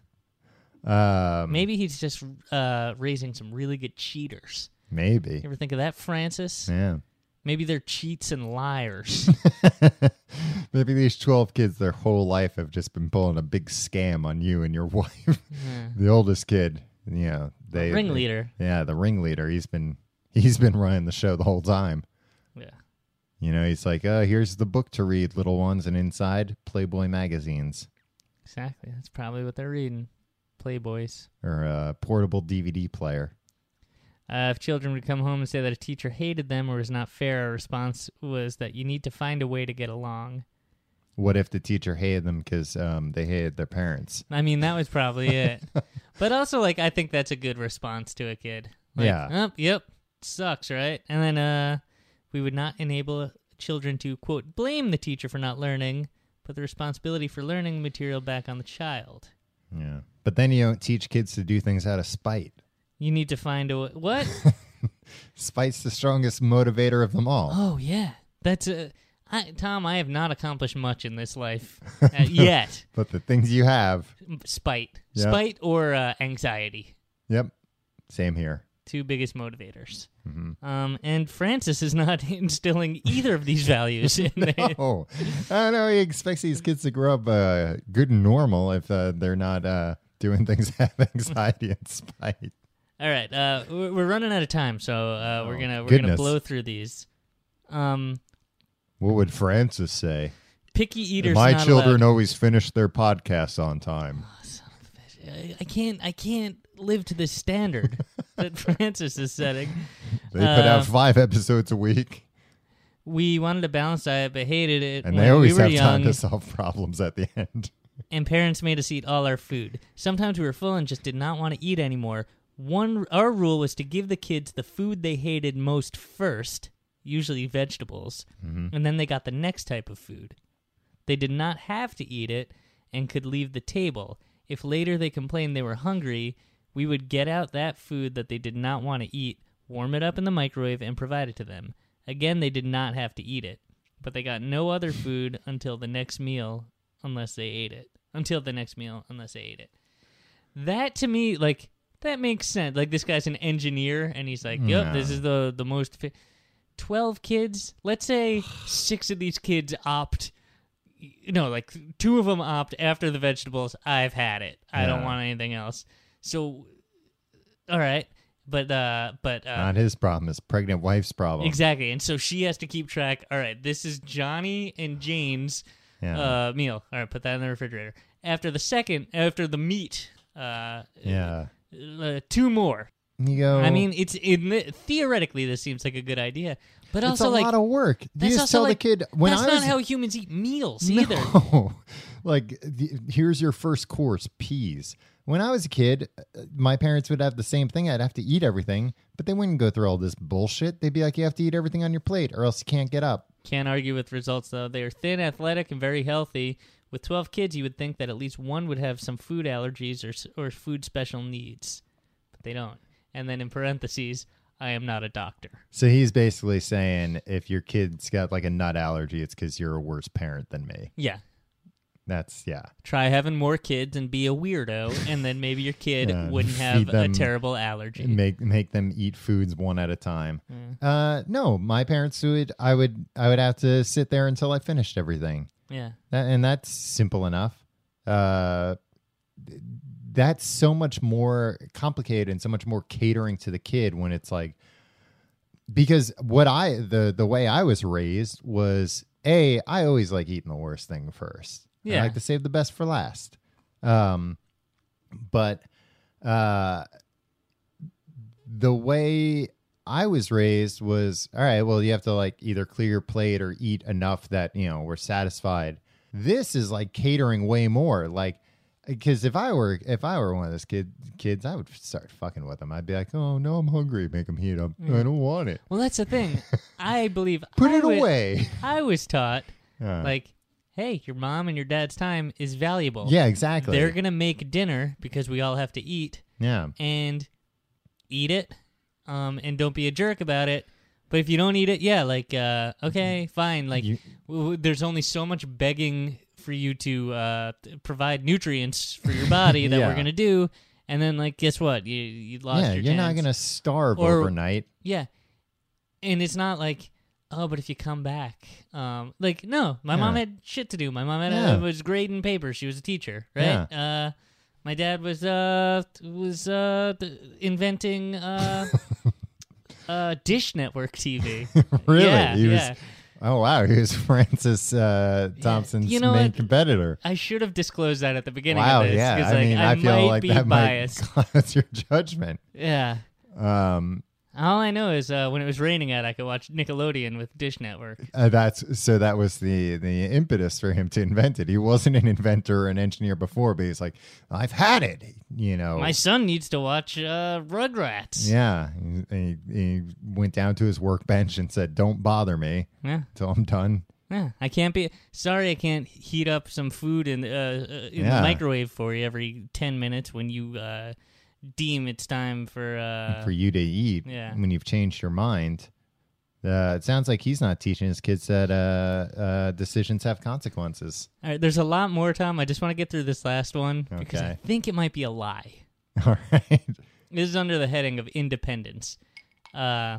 [SPEAKER 1] Um, maybe.
[SPEAKER 2] Maybe he's just uh, raising some really good cheaters. You ever think of that, Francis?
[SPEAKER 1] Yeah.
[SPEAKER 2] Maybe they're cheats and liars.
[SPEAKER 1] Maybe these 12 kids their whole life have just been pulling a big scam on you and your wife. the oldest kid, you know, they
[SPEAKER 2] Ringleader.
[SPEAKER 1] yeah, the ringleader. He's been he's been running the show the whole time.
[SPEAKER 2] Yeah.
[SPEAKER 1] You know, he's like, "Oh, here's the book to read, little ones, and inside Playboy magazines."
[SPEAKER 2] Exactly. That's probably what they're reading. Playboys.
[SPEAKER 1] or a portable DVD player.
[SPEAKER 2] Uh, if children would come home and say that a teacher hated them or was not fair, our response was that you need to find a way to get along.
[SPEAKER 1] What if the teacher hated them because um, they hated their parents?
[SPEAKER 2] I mean, that was probably it. But also, like, I think that's a good response to a kid. Like,
[SPEAKER 1] Yeah.
[SPEAKER 2] "Oh, yep. Sucks, right? And then uh, we would not enable children to, quote, blame the teacher for not learning, but the responsibility for learning material back on the child.
[SPEAKER 1] Yeah. But then you don't teach kids to do things out of spite.
[SPEAKER 2] You need to find a w- what?
[SPEAKER 1] Spite's the strongest motivator of them all.
[SPEAKER 2] oh yeah, that's a I, Tom. I have not accomplished much in this life uh, yet.
[SPEAKER 1] But the things you have,
[SPEAKER 2] spite,
[SPEAKER 1] Yeah.
[SPEAKER 2] spite or uh, anxiety,
[SPEAKER 1] yep, same here.
[SPEAKER 2] two biggest motivators.
[SPEAKER 1] Mm-hmm.
[SPEAKER 2] Um, and Francis is not instilling either of these values in there.
[SPEAKER 1] Oh, I know he expects these kids to grow up uh, good and normal if uh, they're not uh, doing things out of anxiety and spite.
[SPEAKER 2] All right, uh, we're we're running out of time, so uh, we're gonna we're
[SPEAKER 1] Oh, goodness.
[SPEAKER 2] gonna blow through these. Um,
[SPEAKER 1] What would Francis say?
[SPEAKER 2] picky eaters.
[SPEAKER 1] My
[SPEAKER 2] not
[SPEAKER 1] children
[SPEAKER 2] allowed.
[SPEAKER 1] always finish their podcasts on time.
[SPEAKER 2] I- I can't. I can't live to this standard that Francis is setting.
[SPEAKER 1] They put out
[SPEAKER 2] Uh,
[SPEAKER 1] five episodes a week.
[SPEAKER 2] We wanted a balanced diet, but hated it
[SPEAKER 1] And
[SPEAKER 2] when
[SPEAKER 1] they always
[SPEAKER 2] we were
[SPEAKER 1] have
[SPEAKER 2] young.
[SPEAKER 1] time to solve problems at the end.
[SPEAKER 2] and parents made us eat all our food. Sometimes we were full and just did not want to eat anymore. One our rule was to give the kids the food they hated most first, usually vegetables, and then they got the next type of food. They did not have to eat it and could leave the table. If later they complained they were hungry, we would get out that food that they did not want to eat, warm it up in the microwave, and provide it to them. Again, they did not have to eat it, but they got no other food until the next meal unless they ate it. Until the next meal unless they ate it. That to me, like, that makes sense. Like, this guy's an engineer, and he's like, yep, this is the, the most. Fi- 12 kids. Let's say six of these kids opt you know, like two of them opt after the vegetables. I've had it. I don't
[SPEAKER 1] Yeah.
[SPEAKER 2] want anything else. So, all right, but uh, but uh,
[SPEAKER 1] Not his problem, his pregnant wife's problem.
[SPEAKER 2] exactly. And so she has to keep track. All right, this is Johnny and Jane's
[SPEAKER 1] Yeah.
[SPEAKER 2] uh meal. All right, put that in the refrigerator. After the second, after the meat, uh,
[SPEAKER 1] yeah.
[SPEAKER 2] uh, two more.
[SPEAKER 1] And you go.
[SPEAKER 2] I mean, it's in the, theoretically this seems like a good idea, but
[SPEAKER 1] it's a
[SPEAKER 2] also like
[SPEAKER 1] lot of work. You
[SPEAKER 2] that's
[SPEAKER 1] just
[SPEAKER 2] also
[SPEAKER 1] tell
[SPEAKER 2] like-
[SPEAKER 1] the kid when
[SPEAKER 2] that's
[SPEAKER 1] I
[SPEAKER 2] not
[SPEAKER 1] was
[SPEAKER 2] how humans eat meals either.
[SPEAKER 1] No. like, the, here's your first course, peas. When I was a kid, uh, my parents would have the same thing. I'd have to eat everything, but they wouldn't go through all this bullshit. They'd be like, you have to eat everything on your plate or else you can't get up.
[SPEAKER 2] Can't argue with results though. They are thin, athletic, and very healthy. With 12 kids, you would think that at least one would have some food allergies or s- or food special needs, but they don't. And then in parentheses, I am not a doctor.
[SPEAKER 1] So he's basically saying if your kid's got like a nut allergy, it's because you're a worse parent than me.
[SPEAKER 2] Yeah.
[SPEAKER 1] That's, yeah.
[SPEAKER 2] Try having more kids and be a weirdo, and then maybe your kid
[SPEAKER 1] Yeah,
[SPEAKER 2] wouldn't
[SPEAKER 1] feed
[SPEAKER 2] have a
[SPEAKER 1] them-
[SPEAKER 2] terrible allergy.
[SPEAKER 1] make make them eat foods one at a time. Uh, no, my parents would. I would. I would have to sit there until I finished everything,
[SPEAKER 2] yeah.
[SPEAKER 1] That- and that's simple enough. Uh, th- that's so much more complicated and so much more catering to the kid when it's like because what I the the way I was raised was a I always like eating the worst thing first. I
[SPEAKER 2] Yeah.
[SPEAKER 1] like to save the best for last. Um, but uh, the way I was raised was all right. Well, you have to like either clear your plate or eat enough that you know we're satisfied. This is like catering way more. Like, because if I were if I were one of those kid kids, I would start fucking with them. I'd be like, oh no, I'm hungry. Make them heat up.
[SPEAKER 2] Mm.
[SPEAKER 1] I don't want it.
[SPEAKER 2] Well, that's the thing. I believe
[SPEAKER 1] Put
[SPEAKER 2] I
[SPEAKER 1] it
[SPEAKER 2] was-
[SPEAKER 1] away.
[SPEAKER 2] I was taught
[SPEAKER 1] Yeah.
[SPEAKER 2] like, hey, your mom and your dad's time is valuable.
[SPEAKER 1] yeah, exactly.
[SPEAKER 2] They're gonna make dinner because we all have to eat
[SPEAKER 1] yeah.
[SPEAKER 2] and eat it, um, and don't be a jerk about it. But if you don't eat it, yeah, like uh, okay, fine. Like
[SPEAKER 1] Mm-hmm. You-
[SPEAKER 2] w- w- there's only so much begging for you to uh, t- provide nutrients for your body that
[SPEAKER 1] Yeah.
[SPEAKER 2] we're gonna do, and then like guess what? You you lost
[SPEAKER 1] Yeah,
[SPEAKER 2] your.
[SPEAKER 1] you're not
[SPEAKER 2] chance.
[SPEAKER 1] gonna starve
[SPEAKER 2] Or-
[SPEAKER 1] overnight.
[SPEAKER 2] Yeah. And it's not like, oh, but if you come back, um, like no, my mom
[SPEAKER 1] Yeah.
[SPEAKER 2] had shit to do. My mom had
[SPEAKER 1] Yeah.
[SPEAKER 2] uh, was grading papers. She was a teacher, right? Uh, my dad was uh was uh th- inventing uh, uh Dish Network TV.
[SPEAKER 1] Really?
[SPEAKER 2] Yeah,
[SPEAKER 1] He was-
[SPEAKER 2] yeah.
[SPEAKER 1] Oh wow, he was Francis uh, Thompson's
[SPEAKER 2] You know
[SPEAKER 1] main
[SPEAKER 2] what?
[SPEAKER 1] competitor.
[SPEAKER 2] I should have disclosed that at the beginning
[SPEAKER 1] Wow,
[SPEAKER 2] of this
[SPEAKER 1] yeah.
[SPEAKER 2] 'cause,
[SPEAKER 1] I
[SPEAKER 2] like,
[SPEAKER 1] mean,
[SPEAKER 2] I,
[SPEAKER 1] I, feel
[SPEAKER 2] might
[SPEAKER 1] like
[SPEAKER 2] be
[SPEAKER 1] that
[SPEAKER 2] biased.
[SPEAKER 1] might cloud your judgment.
[SPEAKER 2] Yeah.
[SPEAKER 1] Um,
[SPEAKER 2] All I know is uh, when it was raining out, I could watch Nickelodeon with Dish Network.
[SPEAKER 1] uh, that's so that was the the impetus for him to invent it. He wasn't an inventor or an engineer before, but he's like, I've had it. You know,
[SPEAKER 2] My son needs to watch uh, Rugrats.
[SPEAKER 1] yeah. He, he, he went down to his workbench and said, "Don't bother me
[SPEAKER 2] Yeah.
[SPEAKER 1] till I'm done."
[SPEAKER 2] Yeah, I can't be. Sorry, I can't heat up some food in, uh, uh, in
[SPEAKER 1] Yeah.
[SPEAKER 2] the microwave for you every ten minutes when you uh, deem it's time for. Uh,
[SPEAKER 1] for you to eat
[SPEAKER 2] yeah.
[SPEAKER 1] when you've changed your mind. Uh, it sounds like he's not teaching his kids that uh, uh, decisions have consequences.
[SPEAKER 2] All right, there's a lot more, Tom. I just want to get through this last one because I
[SPEAKER 1] Okay.
[SPEAKER 2] think it might be a lie.
[SPEAKER 1] All right.
[SPEAKER 2] This is under the heading of independence. Uh,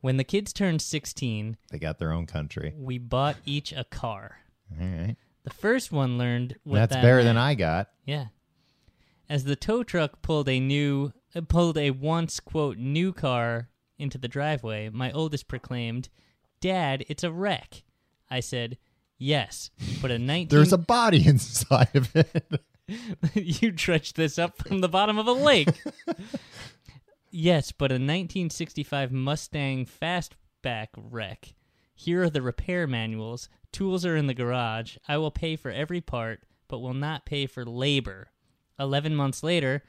[SPEAKER 2] when the kids turned sixteen,
[SPEAKER 1] They got their own country.
[SPEAKER 2] we bought each a car.
[SPEAKER 1] All right.
[SPEAKER 2] The first one learned what
[SPEAKER 1] That's
[SPEAKER 2] that
[SPEAKER 1] better
[SPEAKER 2] meant.
[SPEAKER 1] than I got.
[SPEAKER 2] Yeah. As the tow truck pulled a new uh, pulled a once quote new car into the driveway, my oldest proclaimed, "Dad, it's a wreck." I said, "Yes, but a 19
[SPEAKER 1] There's a body inside of it.
[SPEAKER 2] you dredged this up from the bottom of a lake." yes, but a 1965 Mustang fastback wreck. Here are the repair manuals. Tools are in the garage. I will pay for every part, but will not pay for labor. 11 months later,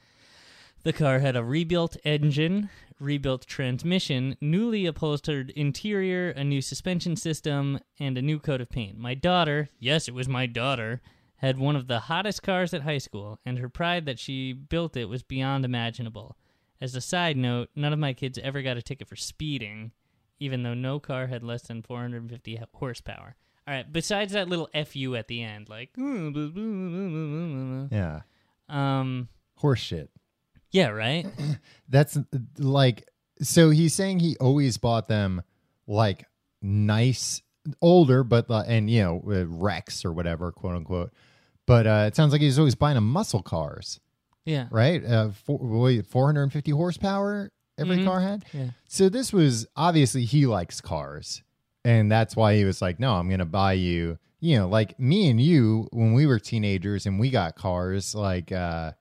[SPEAKER 2] the car had a rebuilt engine, rebuilt transmission, newly upholstered interior, a new suspension system, and a new coat of paint. My daughter, yes, it was my daughter, had one of the hottest cars at high school, and her pride that she built it was beyond imaginable. As a side note, none of my kids ever got a ticket for speeding, even though no car had less than 450 h- horsepower. All right, besides that little FU at the end, like,
[SPEAKER 1] yeah.
[SPEAKER 2] um,
[SPEAKER 1] Horseshit.
[SPEAKER 2] yeah, right?
[SPEAKER 1] That's uh, like, so he's saying he always bought them like nice, older, but, uh, and, you know, uh, wrecks or whatever, quote unquote. But uh, it sounds like he's always buying them muscle cars.
[SPEAKER 2] Yeah.
[SPEAKER 1] right? Uh, four, 450 horsepower every
[SPEAKER 2] Mhm.
[SPEAKER 1] car had.
[SPEAKER 2] Yeah.
[SPEAKER 1] So this was obviously he likes cars, and that's why he was like, "No, I'm going to buy you." You know, like me and you when we were teenagers and we got cars, like uh,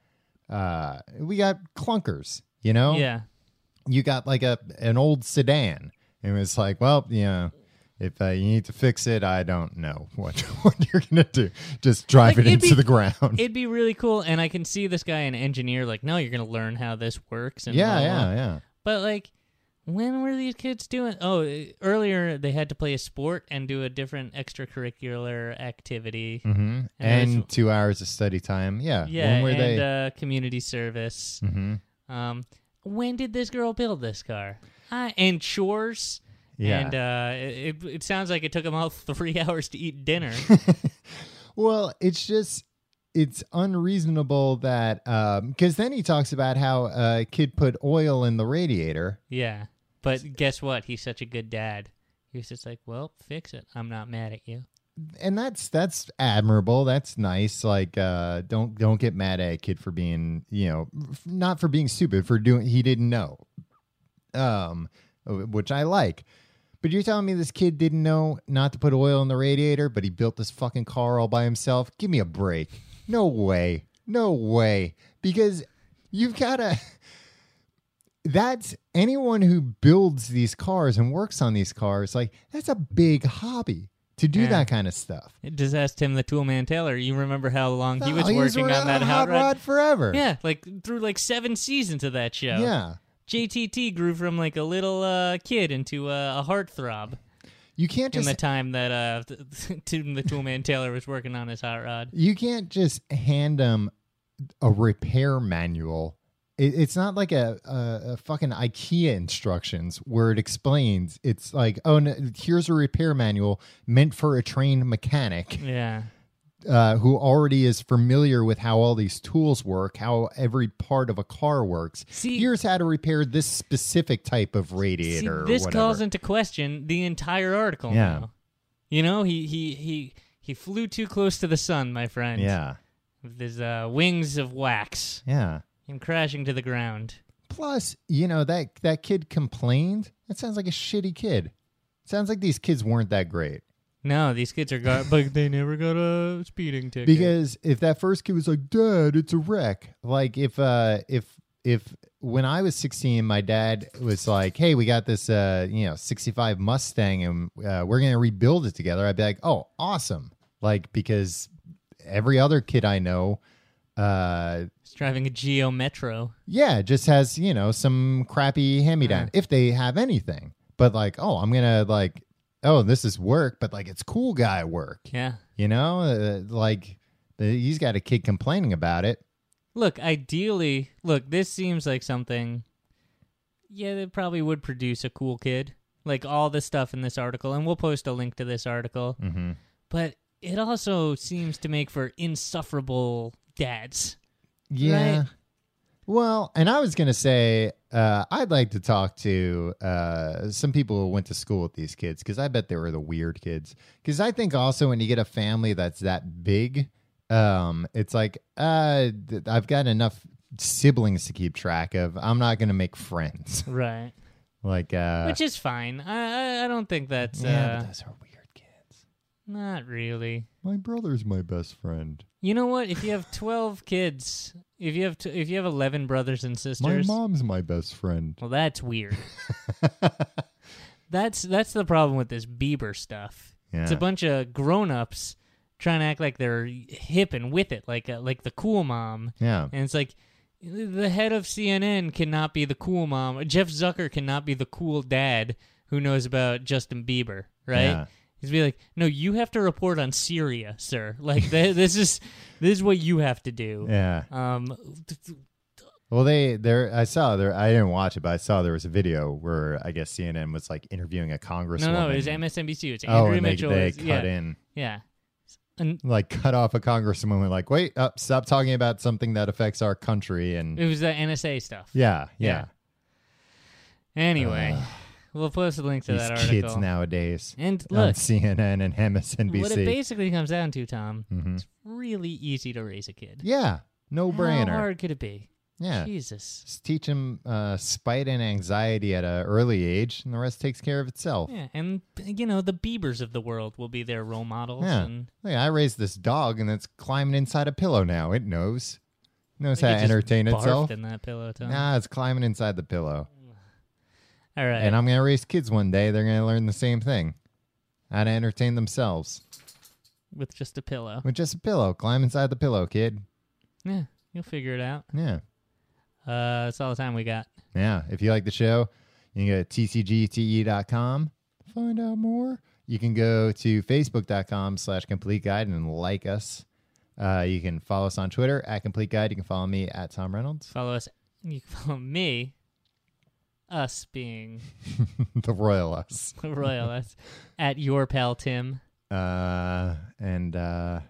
[SPEAKER 1] uh, we got clunkers. You know?
[SPEAKER 2] Yeah.
[SPEAKER 1] you got like a an old sedan. It was like, well, you know, if uh, you need to fix it, I don't know what, what you're gonna do. Just drive
[SPEAKER 2] Like,
[SPEAKER 1] it
[SPEAKER 2] it'd
[SPEAKER 1] into
[SPEAKER 2] be-
[SPEAKER 1] the ground.
[SPEAKER 2] It'd be really cool, and I can see this guy, an engineer, like, no, you're gonna learn how this works. And
[SPEAKER 1] yeah,
[SPEAKER 2] blah, blah,
[SPEAKER 1] yeah,
[SPEAKER 2] blah."
[SPEAKER 1] yeah.
[SPEAKER 2] But like, when were these kids doing? Oh, uh, earlier they had to play a sport and do a different extracurricular activity.
[SPEAKER 1] hmm
[SPEAKER 2] And
[SPEAKER 1] And,
[SPEAKER 2] there's-
[SPEAKER 1] two hours of study time. Yeah, When
[SPEAKER 2] Yeah,
[SPEAKER 1] were
[SPEAKER 2] and
[SPEAKER 1] they?
[SPEAKER 2] uh, community service.
[SPEAKER 1] Mhm.
[SPEAKER 2] Um, when did this girl build this car? Uh, and chores.
[SPEAKER 1] Yeah.
[SPEAKER 2] And uh, it, it sounds like it took them all three hours to eat dinner.
[SPEAKER 1] Well, it's just it's unreasonable that because then he talks about how uh, a kid put oil in the radiator.
[SPEAKER 2] yeah. But guess what? He's such a good dad. He was just like, well, fix it. I'm not mad at you.
[SPEAKER 1] and that's that's admirable that's nice like uh don't don't get mad at a kid for being you know f- not for being stupid for doing he didn't know um which i like but you're telling me this kid didn't know not to put oil in the radiator but he built this fucking car all by himself give me a break no way no way because you've got to that's anyone who builds these cars and works on these cars like that's a big hobby to do
[SPEAKER 2] Yeah.
[SPEAKER 1] that kind of stuff
[SPEAKER 2] Just ask Tim the Tool Man Taylor. You remember how long he
[SPEAKER 1] Oh,
[SPEAKER 2] was working
[SPEAKER 1] wor-
[SPEAKER 2] on that hot rod?
[SPEAKER 1] forever.
[SPEAKER 2] Yeah, like through like seven seasons of that show.
[SPEAKER 1] Yeah.
[SPEAKER 2] JTT grew from like a little uh, kid into uh, a heartthrob.
[SPEAKER 1] You can't
[SPEAKER 2] in
[SPEAKER 1] just
[SPEAKER 2] the time that uh, th- Tim the Tool Man Taylor was working on his hot rod.
[SPEAKER 1] you can't just hand them a repair manual. It, it's not like a, a a fucking IKEA instructions where it explains. It's like, oh, no, here's a repair manual meant for a trained mechanic
[SPEAKER 2] Yeah,
[SPEAKER 1] uh, who already is familiar with how all these tools work, how every part of a car works.
[SPEAKER 2] See-
[SPEAKER 1] here's how to repair this specific type of
[SPEAKER 2] See,
[SPEAKER 1] radiator.
[SPEAKER 2] this
[SPEAKER 1] or whatever.
[SPEAKER 2] calls into question the entire article.
[SPEAKER 1] Yeah.
[SPEAKER 2] now. you know he he he he flew too close to the sun, my friend.
[SPEAKER 1] Yeah,
[SPEAKER 2] with his uh, wings of wax,
[SPEAKER 1] yeah.
[SPEAKER 2] him crashing to the ground.
[SPEAKER 1] Plus, you know that that kid complained. That sounds like a shitty kid. Sounds like these kids weren't that great.
[SPEAKER 2] No, these kids are gar- but they never got a speeding ticket
[SPEAKER 1] Because if that first kid was like, "Dad, it's a wreck," like if uh if if when I was 16, my dad was like, "Hey, we got this uh you know 65 Mustang and uh, we're gonna rebuild it together," I'd be like, "Oh, awesome!" Like because every other kid I know, uh
[SPEAKER 2] He's driving a Geo Metro.
[SPEAKER 1] Yeah, it just has, you know, some crappy hand me down
[SPEAKER 2] Yeah.
[SPEAKER 1] if they have anything. But like, oh, I'm going to like, oh, this is work, but like it's cool guy work,
[SPEAKER 2] Yeah.
[SPEAKER 1] you know? Uh, like the, he's got a kid complaining about it.
[SPEAKER 2] Look, ideally, look, this seems like something. Yeah, that probably would produce a cool kid. Like all the stuff in this article, and we'll post a link to this article.
[SPEAKER 1] Mm-hmm.
[SPEAKER 2] But it also seems to make for insufferable dads.
[SPEAKER 1] Yeah.
[SPEAKER 2] Right.
[SPEAKER 1] Well, and I was going to say, uh, I'd like to talk to uh, some people who went to school with these kids because I bet they were the weird kids. Because I think also when you get a family that's that big, um, it's like, uh, th- I've got enough siblings to keep track of. I'm not going to make friends.
[SPEAKER 2] Right.
[SPEAKER 1] like, uh,
[SPEAKER 2] Which is fine. I I, I don't think that's
[SPEAKER 1] yeah,
[SPEAKER 2] uh,
[SPEAKER 1] but those are weird kids.
[SPEAKER 2] not really.
[SPEAKER 1] My brother's my best friend.
[SPEAKER 2] You know what? If you have twelve kids, if you have t- if you have eleven brothers and
[SPEAKER 1] My
[SPEAKER 2] sisters,
[SPEAKER 1] mom's my best friend.
[SPEAKER 2] Well, that's weird. that's that's the problem with this Bieber stuff. It's a
[SPEAKER 1] Yeah.
[SPEAKER 2] bunch of grown-ups trying to act like they're hip and with it, like uh, like the cool mom.
[SPEAKER 1] Yeah.
[SPEAKER 2] And it's like the head of CNN cannot be the cool mom. Jeff Zucker cannot be the cool dad who knows about Justin Bieber, right?
[SPEAKER 1] Yeah.
[SPEAKER 2] He's be like, no, you have to report on Syria, sir. Like th- this is this is what you have to do.
[SPEAKER 1] Yeah.
[SPEAKER 2] Um, th- th-
[SPEAKER 1] Well, they there. I saw there. I didn't watch it, but I saw there was a video where I guess CNN was like interviewing a congresswoman.
[SPEAKER 2] no, no, it was MSNBC. It's
[SPEAKER 1] Oh,
[SPEAKER 2] Andrea
[SPEAKER 1] and they,
[SPEAKER 2] Mitchell.
[SPEAKER 1] they
[SPEAKER 2] it's-
[SPEAKER 1] cut
[SPEAKER 2] yeah.
[SPEAKER 1] in,
[SPEAKER 2] Yeah. And
[SPEAKER 1] like cut off a congresswoman, like wait, up, stop talking about something that affects our country, and
[SPEAKER 2] it was the NSA stuff.
[SPEAKER 1] yeah, yeah.
[SPEAKER 2] Anyway, we'll post a link to that
[SPEAKER 1] These
[SPEAKER 2] article.
[SPEAKER 1] kids nowadays
[SPEAKER 2] And
[SPEAKER 1] on
[SPEAKER 2] look,
[SPEAKER 1] CNN and
[SPEAKER 2] what it
[SPEAKER 1] MSNBC.
[SPEAKER 2] basically comes down to, Tom,
[SPEAKER 1] Mhm.
[SPEAKER 2] it's really easy to raise a kid.
[SPEAKER 1] Yeah, no brainer.
[SPEAKER 2] How hard could it be?
[SPEAKER 1] Yeah,
[SPEAKER 2] Jesus.
[SPEAKER 1] just teach them uh, spite and anxiety at an early age, and the rest takes care of itself.
[SPEAKER 2] Yeah, and you know the Biebers of the world will be their role models.
[SPEAKER 1] Yeah.
[SPEAKER 2] And
[SPEAKER 1] Hey, I raised this dog and it's climbing inside a pillow now. It knows. Notice how
[SPEAKER 2] I
[SPEAKER 1] it
[SPEAKER 2] think it just
[SPEAKER 1] entertained
[SPEAKER 2] barfed
[SPEAKER 1] itself?
[SPEAKER 2] in that pillow, Tom.
[SPEAKER 1] Nah, it's climbing inside the pillow.
[SPEAKER 2] All right.
[SPEAKER 1] And I'm going to raise kids one day. They're going to learn the same thing how to entertain themselves
[SPEAKER 2] with just a pillow.
[SPEAKER 1] with just a pillow. Climb inside the pillow, kid.
[SPEAKER 2] Yeah, you'll figure it out.
[SPEAKER 1] Yeah.
[SPEAKER 2] Uh, that's all the time we got.
[SPEAKER 1] Yeah. If you like the show, you can go to tcgte.com, E find out more. You can go to facebook.com slash complete guide and like us. Uh, you can follow us on Twitter at complete guide. You can follow me at Tom Reynolds,
[SPEAKER 2] Follow us. You can follow me. Us being
[SPEAKER 1] the royal us.
[SPEAKER 2] royal us at your pal Tim.
[SPEAKER 1] Uh, and uh,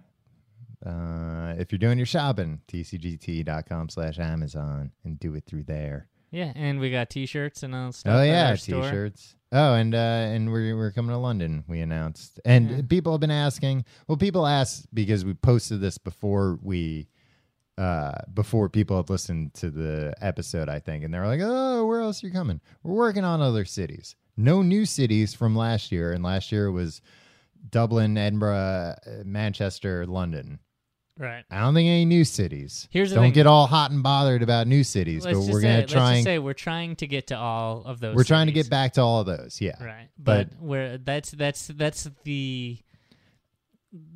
[SPEAKER 1] uh, if you're doing your shopping, tcgt.com slash Amazon and do it through there.
[SPEAKER 2] Yeah, and we got T-shirts and all stuff.
[SPEAKER 1] oh
[SPEAKER 2] at
[SPEAKER 1] yeah,
[SPEAKER 2] our store.
[SPEAKER 1] t-shirts. Oh, and uh, and we're we're coming to London. We announced, and people have been asking. Well, people asked because we posted this before we, uh, before people have listened to the episode, I think, and they're like, "Oh, where else are you coming? We're working on other cities. No new cities from last year, and last year was Dublin, Edinburgh, uh, Manchester, London.
[SPEAKER 2] Right.
[SPEAKER 1] I don't think any new cities.
[SPEAKER 2] Here's the
[SPEAKER 1] don't
[SPEAKER 2] thing.
[SPEAKER 1] get all hot and bothered about new cities,
[SPEAKER 2] Let's
[SPEAKER 1] but
[SPEAKER 2] just
[SPEAKER 1] we're
[SPEAKER 2] say,
[SPEAKER 1] gonna
[SPEAKER 2] let's
[SPEAKER 1] try
[SPEAKER 2] just
[SPEAKER 1] and
[SPEAKER 2] say we're trying to get to all of those.
[SPEAKER 1] we're trying to
[SPEAKER 2] cities.
[SPEAKER 1] get back to all of those. Yeah.
[SPEAKER 2] Right,
[SPEAKER 1] But-
[SPEAKER 2] but, we're that's that's that's the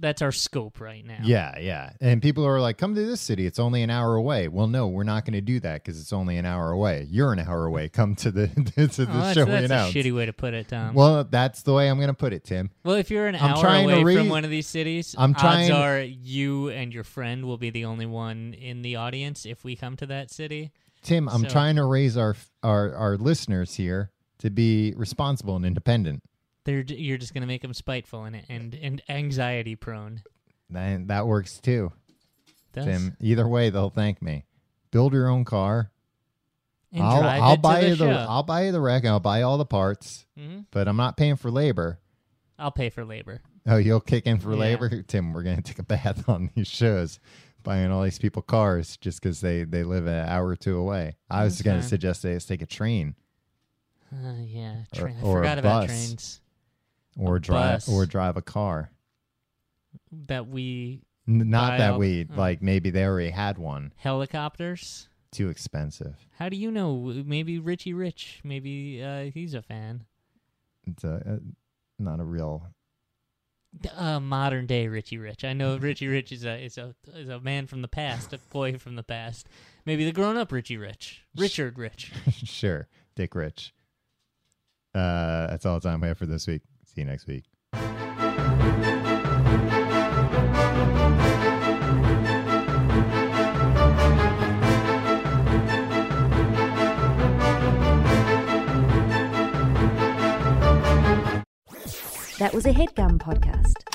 [SPEAKER 2] that's our scope right now.
[SPEAKER 1] Yeah, yeah. And people are like, come to this city. It's only an hour away. Well, no, we're not going to do that because it's only an hour away. You're an hour away. Come to the to the
[SPEAKER 2] Well, Oh, that's,
[SPEAKER 1] show we
[SPEAKER 2] that's a
[SPEAKER 1] announced.
[SPEAKER 2] shitty way to put it, Tom. Well,
[SPEAKER 1] well, that's the way I'm going to put it, Tim.
[SPEAKER 2] if you're an
[SPEAKER 1] I'm
[SPEAKER 2] hour
[SPEAKER 1] trying to
[SPEAKER 2] away
[SPEAKER 1] read-
[SPEAKER 2] from one of these cities,
[SPEAKER 1] I'm trying-
[SPEAKER 2] odds are you and your friend will be the only one in the audience if we come to that city.
[SPEAKER 1] Tim, I'm
[SPEAKER 2] So-
[SPEAKER 1] trying to raise our our our listeners here to be responsible and independent.
[SPEAKER 2] They're j- you're just gonna make them spiteful and and and anxiety prone.
[SPEAKER 1] That that works too,
[SPEAKER 2] Does.
[SPEAKER 1] Tim. Either way, they'll thank me. Build your own car.
[SPEAKER 2] And
[SPEAKER 1] I'll
[SPEAKER 2] drive
[SPEAKER 1] I'll
[SPEAKER 2] it to
[SPEAKER 1] buy
[SPEAKER 2] the
[SPEAKER 1] you the
[SPEAKER 2] show.
[SPEAKER 1] I'll buy you the wreck. and I'll buy all the parts,
[SPEAKER 2] Mhm.
[SPEAKER 1] but I'm not paying for labor.
[SPEAKER 2] I'll pay for labor.
[SPEAKER 1] Oh, you'll kick in for
[SPEAKER 2] Yeah.
[SPEAKER 1] labor, Tim. We're gonna take a bath on these shows, buying all these people cars just because they they live an hour or two away. I was gonna
[SPEAKER 2] Okay.
[SPEAKER 1] suggest they just take a train
[SPEAKER 2] Uh, yeah,
[SPEAKER 1] Or-
[SPEAKER 2] train. I
[SPEAKER 1] or a
[SPEAKER 2] forgot about
[SPEAKER 1] bus.
[SPEAKER 2] trains
[SPEAKER 1] or drive
[SPEAKER 2] bus.
[SPEAKER 1] or drive a car.
[SPEAKER 2] that we
[SPEAKER 1] N- not that
[SPEAKER 2] Dial-
[SPEAKER 1] we
[SPEAKER 2] oh.
[SPEAKER 1] like. Maybe they already had one.
[SPEAKER 2] helicopters.
[SPEAKER 1] Too expensive.
[SPEAKER 2] How do you know? Maybe Richie Rich. Maybe uh, he's a fan.
[SPEAKER 1] It's a, a not a real.
[SPEAKER 2] D- Uh, modern day Richie Rich. I know Richie Rich is a is a is a man from the past, a boy from the past. Maybe the grown up Richie Rich, Richard Rich.
[SPEAKER 1] sure, Dick Rich. Uh, that's all the time we have for this week. See you next week.
[SPEAKER 5] That was a headgum podcast.